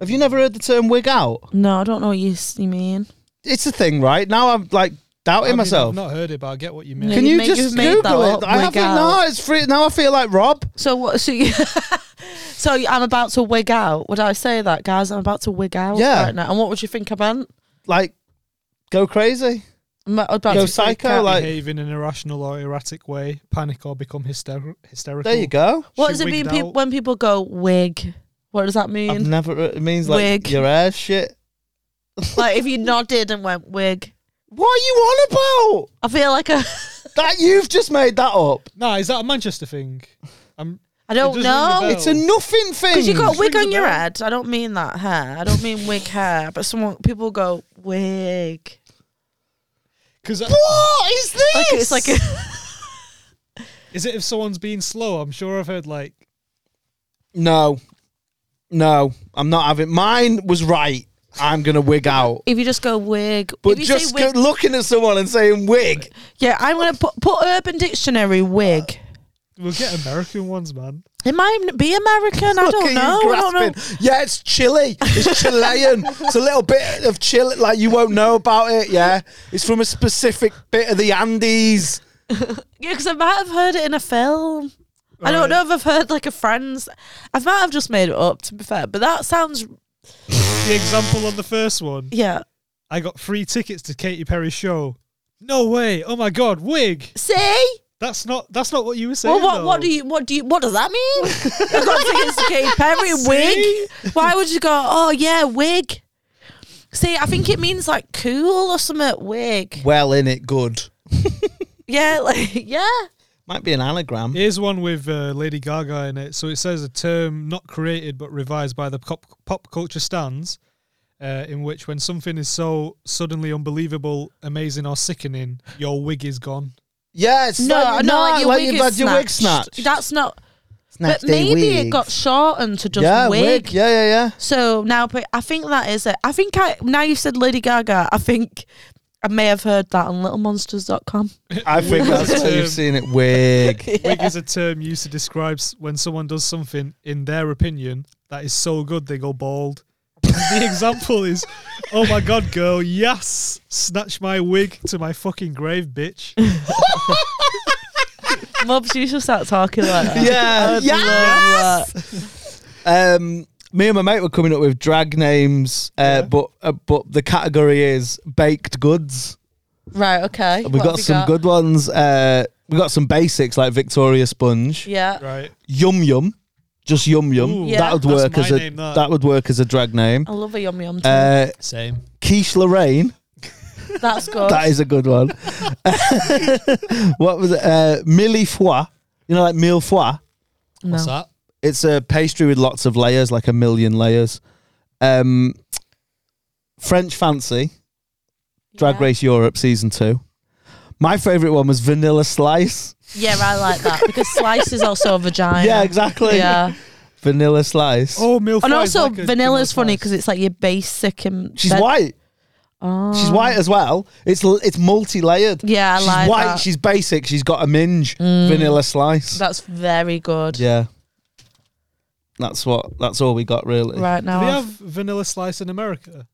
A: Have you never heard the term wig out?
B: No, I don't know what you s- you mean.
A: It's a thing, right? Now I'm like doubting
C: I mean,
A: myself.
C: I've not heard it, but I get what you mean.
B: Yeah,
A: Can
B: you've
A: you
B: made-
A: just
B: you've made
A: Google
B: that
A: it?
B: up.
A: I
B: Wig
A: haven't. No,
B: out.
A: it's free. Now I feel like Rob.
B: So what? So you, so I'm about to wig out. Would I say that, guys? I'm about to wig out
A: Yeah.
B: right now. And what would you think I meant?
A: Like, go crazy.
B: I'm about
A: Go
B: to
A: psycho,
B: freak out.
A: like-
C: Behave in an irrational or erratic way, panic or become hyster- hysterical.
A: There you go.
B: what
C: She
B: does it mean
C: wigged
B: peop
C: out.
B: when people go wig? What does that
A: I've
B: mean?
A: never. It means like
B: Wig.
A: your hair shit.
B: like if you nodded and went wig,
A: What are you on about?
B: I feel like a.
A: That you've just made that up.
C: Nah, is that a Manchester thing? I'm
B: I don't
C: doesn't ring a
B: know
A: It's a nothing thing.
B: because Oh. you got
C: It
B: wig
C: rings
B: on
C: a
B: your
C: bell.
B: head. I don't mean that hair. I don't mean wig hair. But someone people go wig.
C: because
A: What is this?
B: Like it's like a,
C: is it if someone's being slow? I'm sure I've heard like
A: no, no. I'm not having. Mine was right. I'm gonna wig out.
B: if you just go wig.
A: But
B: if you say
A: just
B: wig,
A: go- looking at someone and saying wig.
B: yeah, I'm gonna put put Urban Dictionary wig.
C: we'll get American ones, man.
B: It might even be American. I
A: Look at
B: don't
A: you
B: know. I don't know.
A: grasping. Yeah, it's Chile. It's Chilean. it's a little bit of Chile. Like you won't know about it. Yeah, it's from a specific bit of the Andes.
B: Yeah, because I might have heard it in a film. I don't know if I've heard like a friend's. I might have just made it up to be fair, but that sounds
C: The example on the first one,
B: yeah.
C: I got free tickets to Katy Perry's show. No way! Oh my god, wig!
B: See,
C: That's not that's not what you were saying.
B: Well, what, what
C: though.
B: do you what do you what does that mean? I've got to escape every wig. Why would you go? Oh yeah, wig. See, I think it means like cool or something. Wig.
A: Well, in it, good.
B: Yeah, like yeah.
A: Might be an anagram.
C: Here's one with uh, Lady Gaga in it. So it says a term not created but revised by the pop, pop culture stands, uh, in which when something is so suddenly unbelievable, amazing, or sickening, your wig is gone.
A: Yes.
B: No, no, like your wig
A: you've
B: is
A: had your wig
B: snatched.
A: snatched.
B: That's not.
A: Snatched
B: but
A: a
B: maybe it
A: wig.
B: got shortened to just
A: yeah,
B: wig.
A: Yeah, yeah, yeah.
B: So now, but I think that is it. I think I now you've said Lady Gaga. I think I may have heard that on LittleMonsters.com.
A: I think that's how you've seen it. Wig.
C: Wig is a term used to describe s- when someone does something, in their opinion, that is so good they go bald. the example is, oh my god, girl, yes, snatch my wig to my fucking grave, bitch.
B: Mubs, you should start talking like that.
A: yeah. Yes. Um, me and my mate were coming up with drag names, uh, but uh, but the category is baked goods.
B: Right. Okay.
A: We've got some good ones. Uh, we got some basics like Victoria Sponge,
B: Yeah.
C: Right.
A: Yum Yum, just Yum Yum.
C: Ooh,
A: that
B: Yeah. Oh.
A: would
C: that's
A: work
C: my
A: as a
C: name, that.
A: would work as a drag name.
B: I love a yum yum. too.
A: Uh,
I: Same.
A: Quiche Lorraine.
B: That's good.
A: That is a good one. what was it? Uh, mille foie. You know, like mille foie.
I: What's
B: no.
I: that?
A: It's a pastry with lots of layers, like a million layers. Um, French Fancy, Drag
B: Yeah.
A: Race Europe Season 2. My favourite one was Vanilla Slice.
B: Yeah, I like that because slice is also a vagina.
A: yeah, exactly.
B: Yeah,
A: Vanilla Slice.
C: Oh, milf.
B: and also vanilla is funny because it's like your basic and
A: She's
B: then-
A: white.
B: Oh.
A: She's white as well. It's l- it's multi layered.
B: Yeah, I
A: she's
B: like
A: white.
B: that. Mm.
A: She's basic. She's got a minge. Vanilla slice.
B: That's very good.
A: Yeah. That's what that's all we got really.
B: Right
C: Do
B: now,
C: they
B: I've-
C: have vanilla slice in America?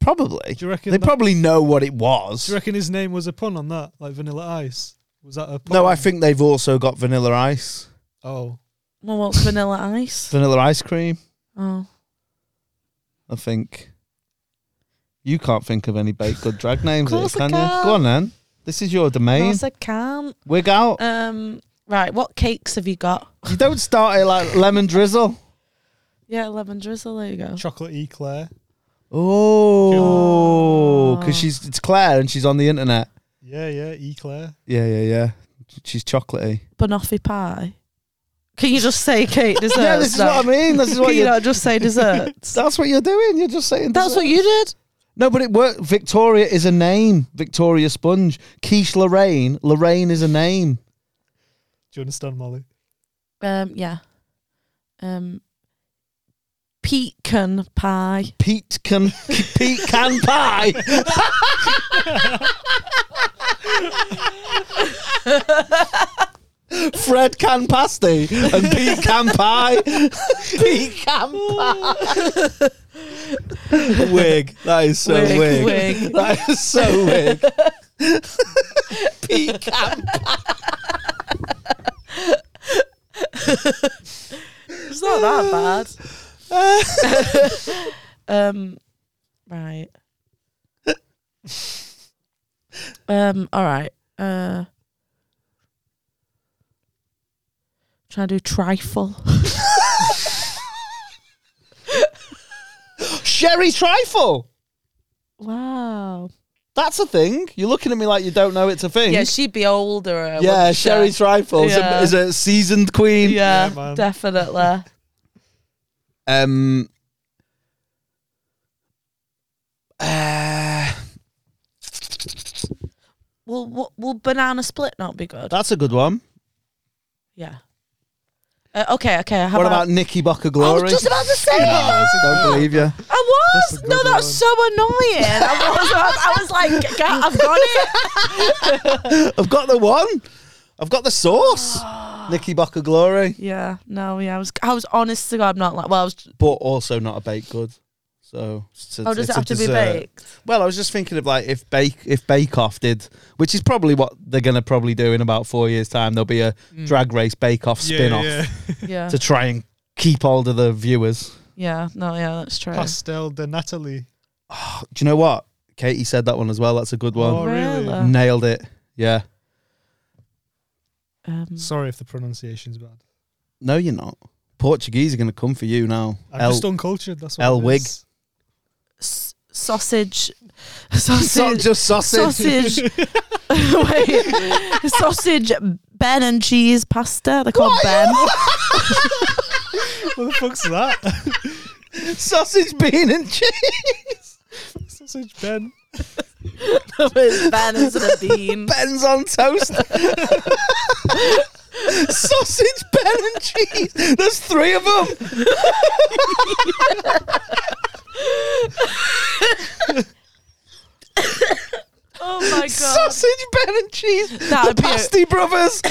A: Probably.
C: Do you reckon?
A: They
C: that-
A: probably know what it
C: Do you
A: was.
C: reckon his name was a pun on that, like Vanilla Ice? Was that a pun?
A: No, I think they've also got vanilla ice.
C: Oh,
B: well, what's vanilla ice?
A: Vanilla ice cream,
B: Oh,
A: I think. You can't think of any baked good drag names,
B: Course I
A: can you?
B: can.
A: Go on then. This is your
B: of
A: domain.
B: course I can.
A: Wig out.
B: Um, right, what cakes have you got?
A: you don't start it like lemon drizzle.
B: Yeah, lemon drizzle. There you go.
C: chocolate eclair.
A: Oh, because she's it's Claire and she's on the internet.
C: Yeah, yeah, eclair.
A: Yeah, yeah, yeah. She's chocolatey.
B: Banoffee pie. Can you just say cake desserts?
A: Yeah, this is
B: now?
A: what I mean. This is what
B: Can you
A: you.
B: not just say desserts?
A: That's what you're doing. You're just saying.
B: That's what you did.
A: No, but it worked. Victoria is a name. Victoria Sponge. Quiche Lorraine. Lorraine is a name.
C: Do you understand, Molly?
B: Um, yeah. Um, pecan pie.
A: Pete can Pete can pie. Fred can pasty and Pete can pie. Pete can pie. wig. That is so wig.
B: Wig, wig.
A: That is so wig. Pete can pie.
B: It's not that bad. um, right. Um. All right. Uh. Try to do trifle.
A: Sherry trifle.
B: Wow.
A: That's a thing. You're looking at me like you don't know it's a thing.
B: Yeah, she'd be older. uh,
A: Yeah,
B: wouldn't she?
A: Sherry Trifle is a-
B: Yeah.
A: is a seasoned queen.
B: Yeah,
C: Yeah, man.
B: definitely.
A: Um. uh,
B: Will, will will banana split not be good?
A: that's a good one.
B: Yeah. Uh, okay. Okay. How
A: what about, Nikki Bucca
B: I
A: Glory?
B: was just about to say
A: No,
B: that.
A: don't believe you.
B: I was.
C: That's a
B: No,
C: good
B: that's so annoying. I was, I was like, "Ga- I've got it.
A: I've got the one. I've got the sauce. Nikki Bucca Glory,
B: Yeah. No. Yeah. I was. I was honest to God. Not like. Well, I was.
A: but also not a baked good. So, it's a-
B: Oh,
A: it's
B: does it
A: a
B: have to be
A: dessert.
B: baked?
A: Well, I was just thinking of like if bake if Bake Off did, which is probably what they're gonna probably do in about four years' time. There'll be a
B: Hmm.
A: Drag Race Bake Off spin off
C: Mm. Yeah,
B: Yeah.
A: to try and keep hold of the viewers.
B: Yeah. No. Yeah. That's true.
C: Pastel de Natalie.
A: Oh, Do you know what?
B: Oh,
A: Katie said that one as well. That's a good one.
C: Oh, really?
B: Really?
A: Nailed it. Yeah.
B: Um,
C: Sorry if the pronunciation's bad.
A: No, you're not. Portuguese are going to come for you now.
C: I'm
A: El-
C: just uncultured. That's what
A: El
C: it
A: Wig.
C: is.
B: s- sausage,
A: So-
B: sausage,
A: just sausage.
B: sausage. Wait, sausage, Ben and cheese pasta. They're called Ben.
C: what the fuck's that?
A: sausage, bean, and cheese.
C: Sausage Ben.
B: It's ben instead of bean.
A: Ben's on toast. sausage, Ben, and cheese. There's three of them.
B: Oh my god,
A: Sausage, Ben, and cheese.
B: That'd
A: the
B: be a-
A: Pasty Brothers.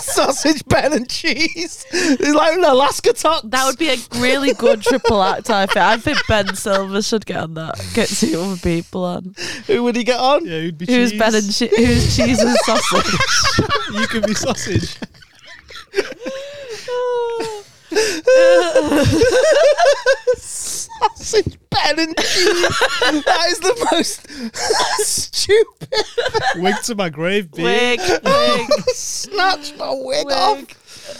A: sausage, Ben, and cheese. It's like an Alaska Tots.
B: that would be a really good triple act. I think. I think Ben Silver should get on that. Get two other people on.
A: Who would he get on?
C: Yeah, you'd be
B: Who's
C: cheese.
B: Ben and che- who's cheese and sausage?
C: You could be sausage.
A: Sausage, Ben, and cheese. that is the most stupid.
C: Wig to my grave, B.
B: Wig, wig,
A: Snatched my wig, off.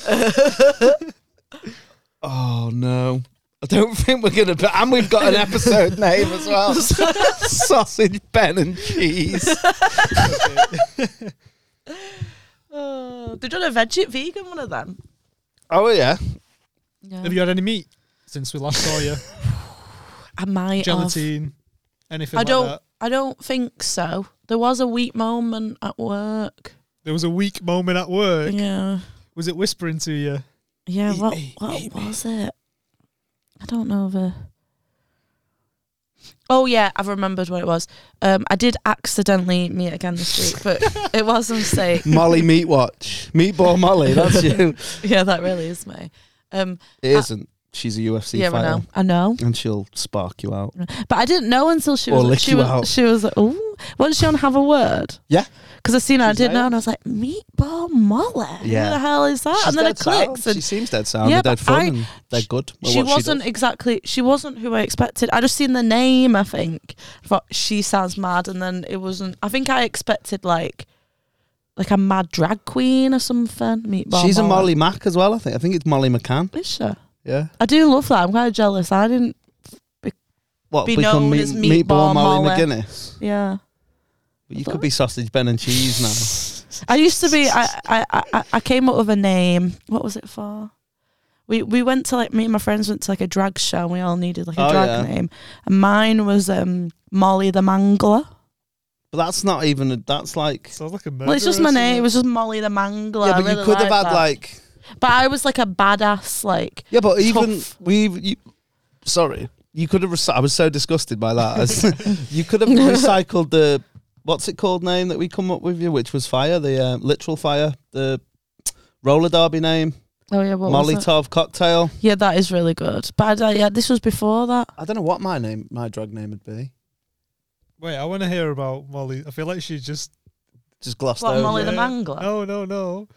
B: wig.
A: Oh no. I don't think we're gonna be and we've got an episode name as well. Sausage Ben and cheese.
B: Oh, they done a veggie vegan one of them.
A: Oh yeah.
B: Yeah.
C: Have you had any meat since we last saw you?
B: I might have.
C: Gelatine, anything
B: I
C: like
B: don't.
C: that?
B: I don't think so. There was a weak moment at work.
C: There was a weak moment at work.
B: Yeah.
C: Was it whispering to you?
B: Yeah.
A: Eat
B: what?
A: me,
B: what
A: eat me.
B: was it? I don't know the. Oh yeah, I've remembered what it was. Um, I did accidentally meet again this week, but it was a mistake.
A: Molly Meat Watch. Meatball Molly, that's you.
B: Yeah, that really is me. Um,
A: It isn't. She's a UFC
B: yeah, I
A: fighter.
B: know. I know.
A: And she'll spark you out.
B: But I didn't know until she
A: Or
B: was
A: lick
B: she
A: you
B: was
A: out.
B: she was like, "Oh, wasn't she on Have a Word?"
A: Yeah.
B: because I seen her, I
A: She's
B: didn't know,
A: out.
B: and I was like, "Meatball Molly,
A: Yeah.
B: who the hell is that?"
A: She's
B: Ah, and then it
A: dead sound.
B: clicks,
A: she
B: and
A: seems dead sound.
B: Yeah,
A: they're dead
B: but
A: fun
B: I-
A: and they're good. at
B: she
A: what does.
B: wasn't exactly she wasn't who I expected. I just seen the name, I think. I thought she sounds mad and then it wasn't I think I expected like like a mad drag queen or something. Meatball.
A: She's a
B: Molly.
A: Molly Mac as well, I think. I think it's Molly McCann.
B: Is she?
A: Yeah.
B: I do love that. I'm kinda jealous. I didn't
A: What
B: Be
A: become
B: known
A: meat,
B: as
A: Molly
B: Meatball Molly.
A: McGuinness?
B: yeah.
A: But you could be sausage Ben and cheese now.
B: I used to be. I, I, I- I, I came up with a name. What was it for? We we went to like me and my friends went to like a drag show. and We all needed like a
A: Oh,
B: drag
A: yeah.
B: name, and mine was um Molly the Mangler.
A: But that's not even a, that's like
C: Sounds like a murder.
B: Well, it's just my name. It was just Molly the Mangler.
A: Yeah,
B: I
A: but you
B: really
A: could have had
B: liked that.
A: like
B: But I was like a badass. Like
A: Yeah, but even
B: Tough.
A: we, you, sorry, you could have. Reci- I was so disgusted by that. As, you could have recycled the what's it called name that we come up with you, which was fire, the uh, literal fire, the roller derby name,
B: oh yeah, what
A: Molly
B: was it?
A: Molotov cocktail.
B: Yeah, that is really good. But I, don't- yeah, this was before that.
A: I don't know what my name, my drug name would be.
C: Wait, I want to hear about Molly. I feel like she just.
A: Just glossed
B: What
A: over.
B: Molly
A: it.
B: the
C: Yeah.
B: Mangler.
C: No, no, no.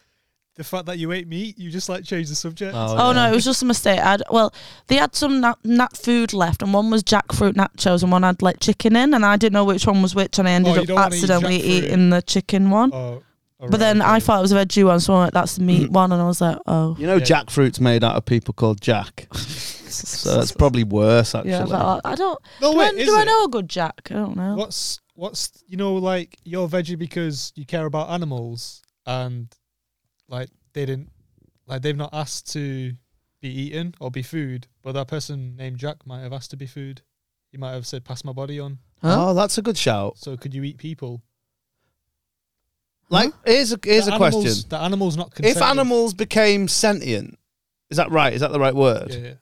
C: The fact that you ate meat, you just like changed the subject.
B: Oh
A: yeah.
B: no, it was just a mistake. I'd, well, they had some nat, nat food left, and one was jackfruit nachos, and one had like chicken in, and I didn't know which one was which, and I
A: Oh,
B: ended
C: you
B: up
C: don't wanna eat
B: accidentally
C: jackfruit.
B: eating the chicken one.
C: Oh,
B: but then I thought it was a veggie one, so I'm like, that's the
A: Mm.
B: meat one, and I was like, oh,
A: You know,
C: Yeah.
A: jackfruit's made out of people called Jack, so that's probably worse actually. Oh,
B: yeah. But I I don't.
C: No,
B: do
C: wait,
B: I,
C: is
B: do I
C: it?
B: know a good Jack? I don't know.
C: What's what's you know like you're veggie because you care about animals and like they didn't like they've not asked to be eaten or be food, but that person named Jack might have asked to be food. He might have said, "Pass my body on."
A: Oh, that's a good shout.
C: So could you eat people?
A: Like, here's a here's
C: the
A: a
C: animals,
A: question.
C: The animal's not
A: if
C: consenting.
A: animals became sentient, is that right? Is that the right word,
C: Yeah, yeah.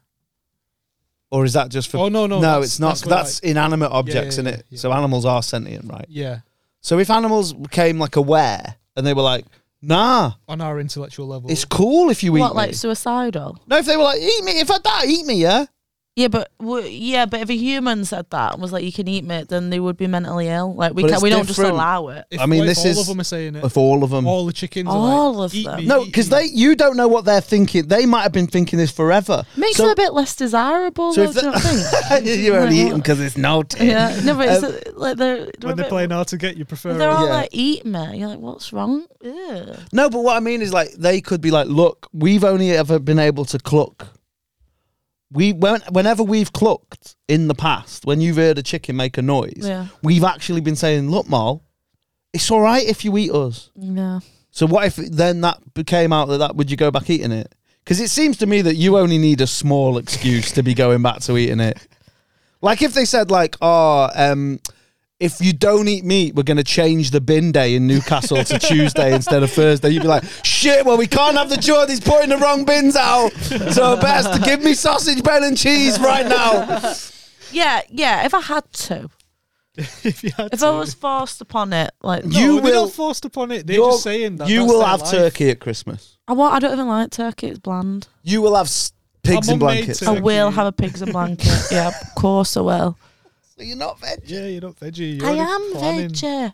A: or is that just for?
C: Oh no, no, that's-
A: it's not.
C: That's,
A: That's,
C: what,
A: inanimate objects,
C: yeah,
A: in
C: yeah,
A: it?
C: yeah.
A: So animals are sentient, right?
C: like, yeah,
A: So if animals became like aware and they were like, "Nah,
C: on our intellectual level.
A: it's cool if you eat
B: what,
A: me."
B: like suicidal?
A: no, if they were like, "Eat me if I die, eat me," yeah.
B: Yeah, but w- yeah, but if a human said that and was like, "You can eat meat," then they would be mentally ill. Like we
A: But
B: can,
A: it's
B: we don't just
A: different.
B: allow it.
C: If,
A: I mean,
C: if
A: this
C: all
A: is
C: of them are saying it.
A: If all of them.
C: all the chickens.
B: All
C: are like,
B: of
C: "Eat
B: them."
C: me,
A: no,
C: eat
A: because
C: me."
A: they you don't know what they're thinking. They might have been thinking this forever.
B: Makes
A: So-
B: them a bit less desirable,
A: So
B: though,
A: if
B: do you not think?
A: you only eat them because it's naughty.
B: Yeah, no, but it's uh, like they're, they're, a
C: when they're
B: bit-
C: playing hard to get, you prefer.
B: they're
C: it.
B: all
A: Yeah.
B: like, "Eat me." You're like, "What's wrong?" Ew.
A: No, but what I mean is like they could be like, look, we've only ever been able to cluck. We when, whenever we've clucked in the past, when you've heard a chicken make a noise,
B: Yeah.
A: we've actually been saying, look, Mal, it's all right if you eat us.
B: No.
A: So what if then that became out that that would you go back eating it? Because it seems to me that you only need a small excuse to be going back to eating it. Like if they said like, oh, um, if you don't eat meat, we're going to change the bin day in Newcastle to Tuesday instead of Thursday. You'd be like, shit, well, we can't have the Geordies putting the wrong bins out. So best to give me sausage, bell and cheese right now.
B: Yeah, yeah. If I had to,
C: if you had
B: if
C: to.
B: I was forced upon it, like
A: You-
C: you they're
A: will-
C: not forced upon it. They're
A: You're-
C: just saying that.
A: you
C: that's
A: will
C: their
A: have
C: life.
A: turkey at Christmas.
B: I want. I don't even like turkey. It's bland.
A: You will have s- pigs
C: My
A: in
C: mum made
A: blankets.
B: I will
C: Turkey.
B: have a pigs and blanket. yeah, of course I will.
A: You're not veg.
C: Yeah, you're not veggie. You're
B: I
C: only
B: am
C: planning,
B: veggie.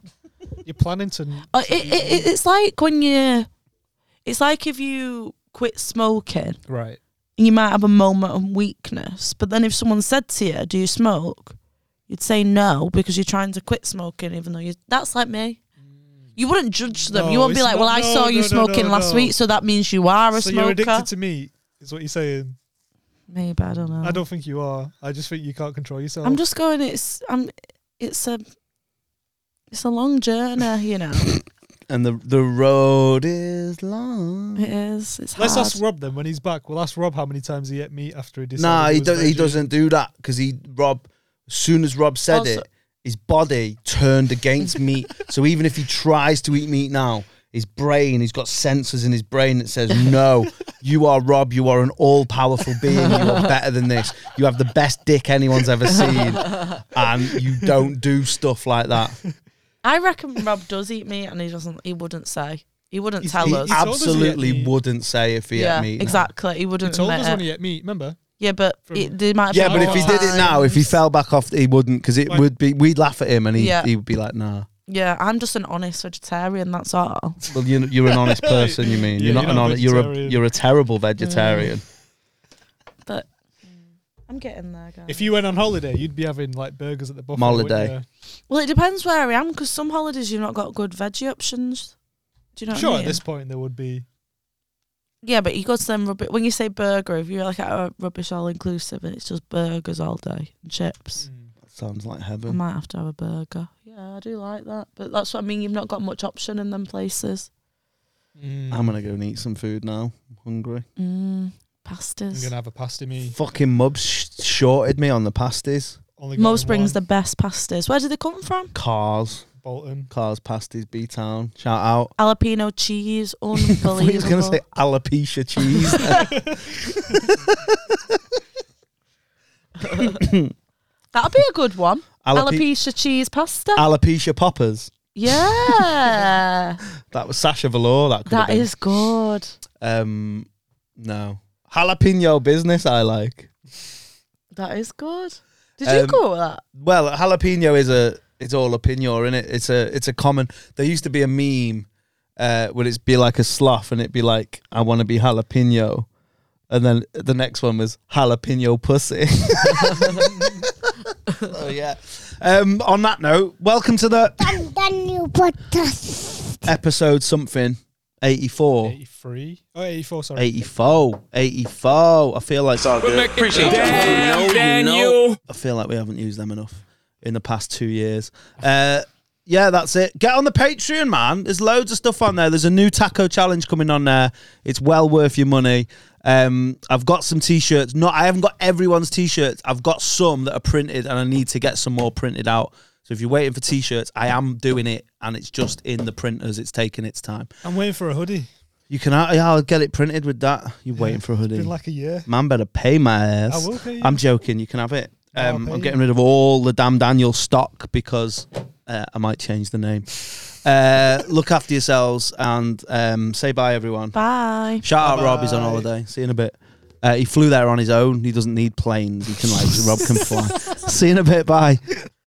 C: You're planning to.
B: Uh, it, it, it, it's like when you, it's like if you quit smoking,
C: Right.
B: you might have a moment of weakness. But then if someone said to you, "Do you smoke?" You'd say no because you're trying to quit smoking, even though you. That's like me. You wouldn't judge them. you
C: No,
B: won't be
C: it's
B: like,
C: not-
B: "Well, I
C: no,
B: saw
C: no,
B: you
C: no,
B: smoking
C: no,
B: last
C: no.
B: week, so that means you are a
C: So you're
B: smoker."
C: addicted to meat, is what you're saying.
B: Maybe I don't know.
C: I don't think you are. I just think you can't control yourself.
B: I'm just going. It's I'm. It's a. It's a long journey, you know.
A: And the, the road is long.
B: it is. It's hard.
C: Let's ask Rob then when he's back. We'll ask Rob how many times he ate meat after he decided.
A: Nah, he,
C: was
A: do- he
C: veggie.
A: doesn't do that because he Rob. As soon as Rob said
B: Also-
A: it, his body turned against meat. So even if he tries to eat meat now, his brain, he's got sensors in his brain that says, "No, you are Rob. You are an all-powerful being. You are better than this. You have the best dick anyone's ever seen, and you don't do stuff like that."
B: I reckon Rob does eat meat, and he doesn't. He wouldn't say. He wouldn't
C: He's-
B: tell
A: He
B: us.
C: told us he ate
A: absolutely
C: meat.
A: wouldn't say if he
B: yeah,
A: ate meat. now.
B: exactly. He
C: He
B: wouldn't.
C: told
B: admit
C: us
B: it.
C: when he ate meat. Remember?
B: yeah, but
C: from-
B: it, they might. Have
A: Yeah,
B: done
A: but if he did it now, if he
B: times.
A: fell back off, he wouldn't because it
C: Like-
A: would be we'd laugh at him and he
B: Yeah.
A: he would be like, "Nah."
B: yeah, I'm just an honest vegetarian. That's all.
A: Well, you're, you're an honest person. You mean
C: Yeah,
A: you're not
C: you're
A: an
C: not
A: honest. You're a
C: vegetarian.
A: you're a terrible vegetarian.
B: Mm. But I'm getting there, guys.
C: If you went on holiday, you'd be having like burgers at the buffet.
A: Holiday.
C: wouldn't
B: well, it depends where I am because some holidays you've not got good veggie options. Do you know? what
C: you? Sure,
B: I
C: at
B: mean?
C: this point there would be.
B: Yeah, but you go to them rubbish. When you say burger, if you're like at a rubbish all inclusive and it's just burgers all day and chips,
A: Sounds like
B: I
A: heaven.
B: might have to have a burger. Yeah, I do like that. But that's what I mean. You've not got much option in them places.
C: Mm.
A: I'm gonna go and eat some food now. I'm hungry.
B: Mm,
C: I'm
B: pastas.
C: gonna have a pasta me.
A: Fucking Mubs sh- shorted me on the pasties.
C: Only got
B: Mo
C: them
B: Springs, the
C: one.
B: best pastas. Where do they come from?
A: Cars,
C: Bolton.
A: cars, pasties, B Town. Shout out.
B: Jalapeno cheese. Unbelievable.
A: I thought he was gonna say alopecia cheese.
B: That'd be a good one.
A: Alope-
B: Alopecia cheese pasta.
A: alopecia poppers.
B: yeah.
A: That was Sasha Velour. That could have
B: that
A: been.
B: is good.
A: Um, no jalapeno business. I like.
B: That is good. Did
A: Um,
B: you go with that?
A: Well, jalapeno is a it's all opinion in it. It's a it's a common. There used to be a meme uh, where it'd be like a slough and it'd be like, "I want to be jalapeno," and then the next one was jalapeno pussy. oh yeah. Um, on that note, welcome to the episode something eighty four.
C: 83. Oh, 84, sorry.
A: 84, 84. I feel like
I: Daniel.
A: I feel like we haven't used them enough in the past two years. Uh, yeah, that's it. Get on the Patreon, man. There's loads of stuff on there. There's a new taco challenge coming on there. It's well worth your money. Um, I've got some t-shirts. No, I haven't got everyone's t-shirts. I've got some that are printed, and I need to get some more printed out. So if you're waiting for t-shirts, I am doing it, and it's just in the printers. It's taking its time.
C: I'm waiting for a hoodie.
A: You can, yeah, I'll get it printed with that. You're waiting for a hoodie.
C: Been like a year.
A: Man better pay my ass.
C: I will pay you.
A: am joking. You can have it.
C: I'll
A: Um,
C: pay
A: I'm
C: you.
A: getting rid of all the damn Daniel stock because uh, I might change the name. Uh, look after yourselves and um, say bye, everyone.
B: Bye.
A: Shout out Rob. He's on
C: Bye-bye.
A: holiday. See you in a bit. Uh, he flew there on his own. He doesn't need planes. He can like Rob can fly. See you in a bit. Bye.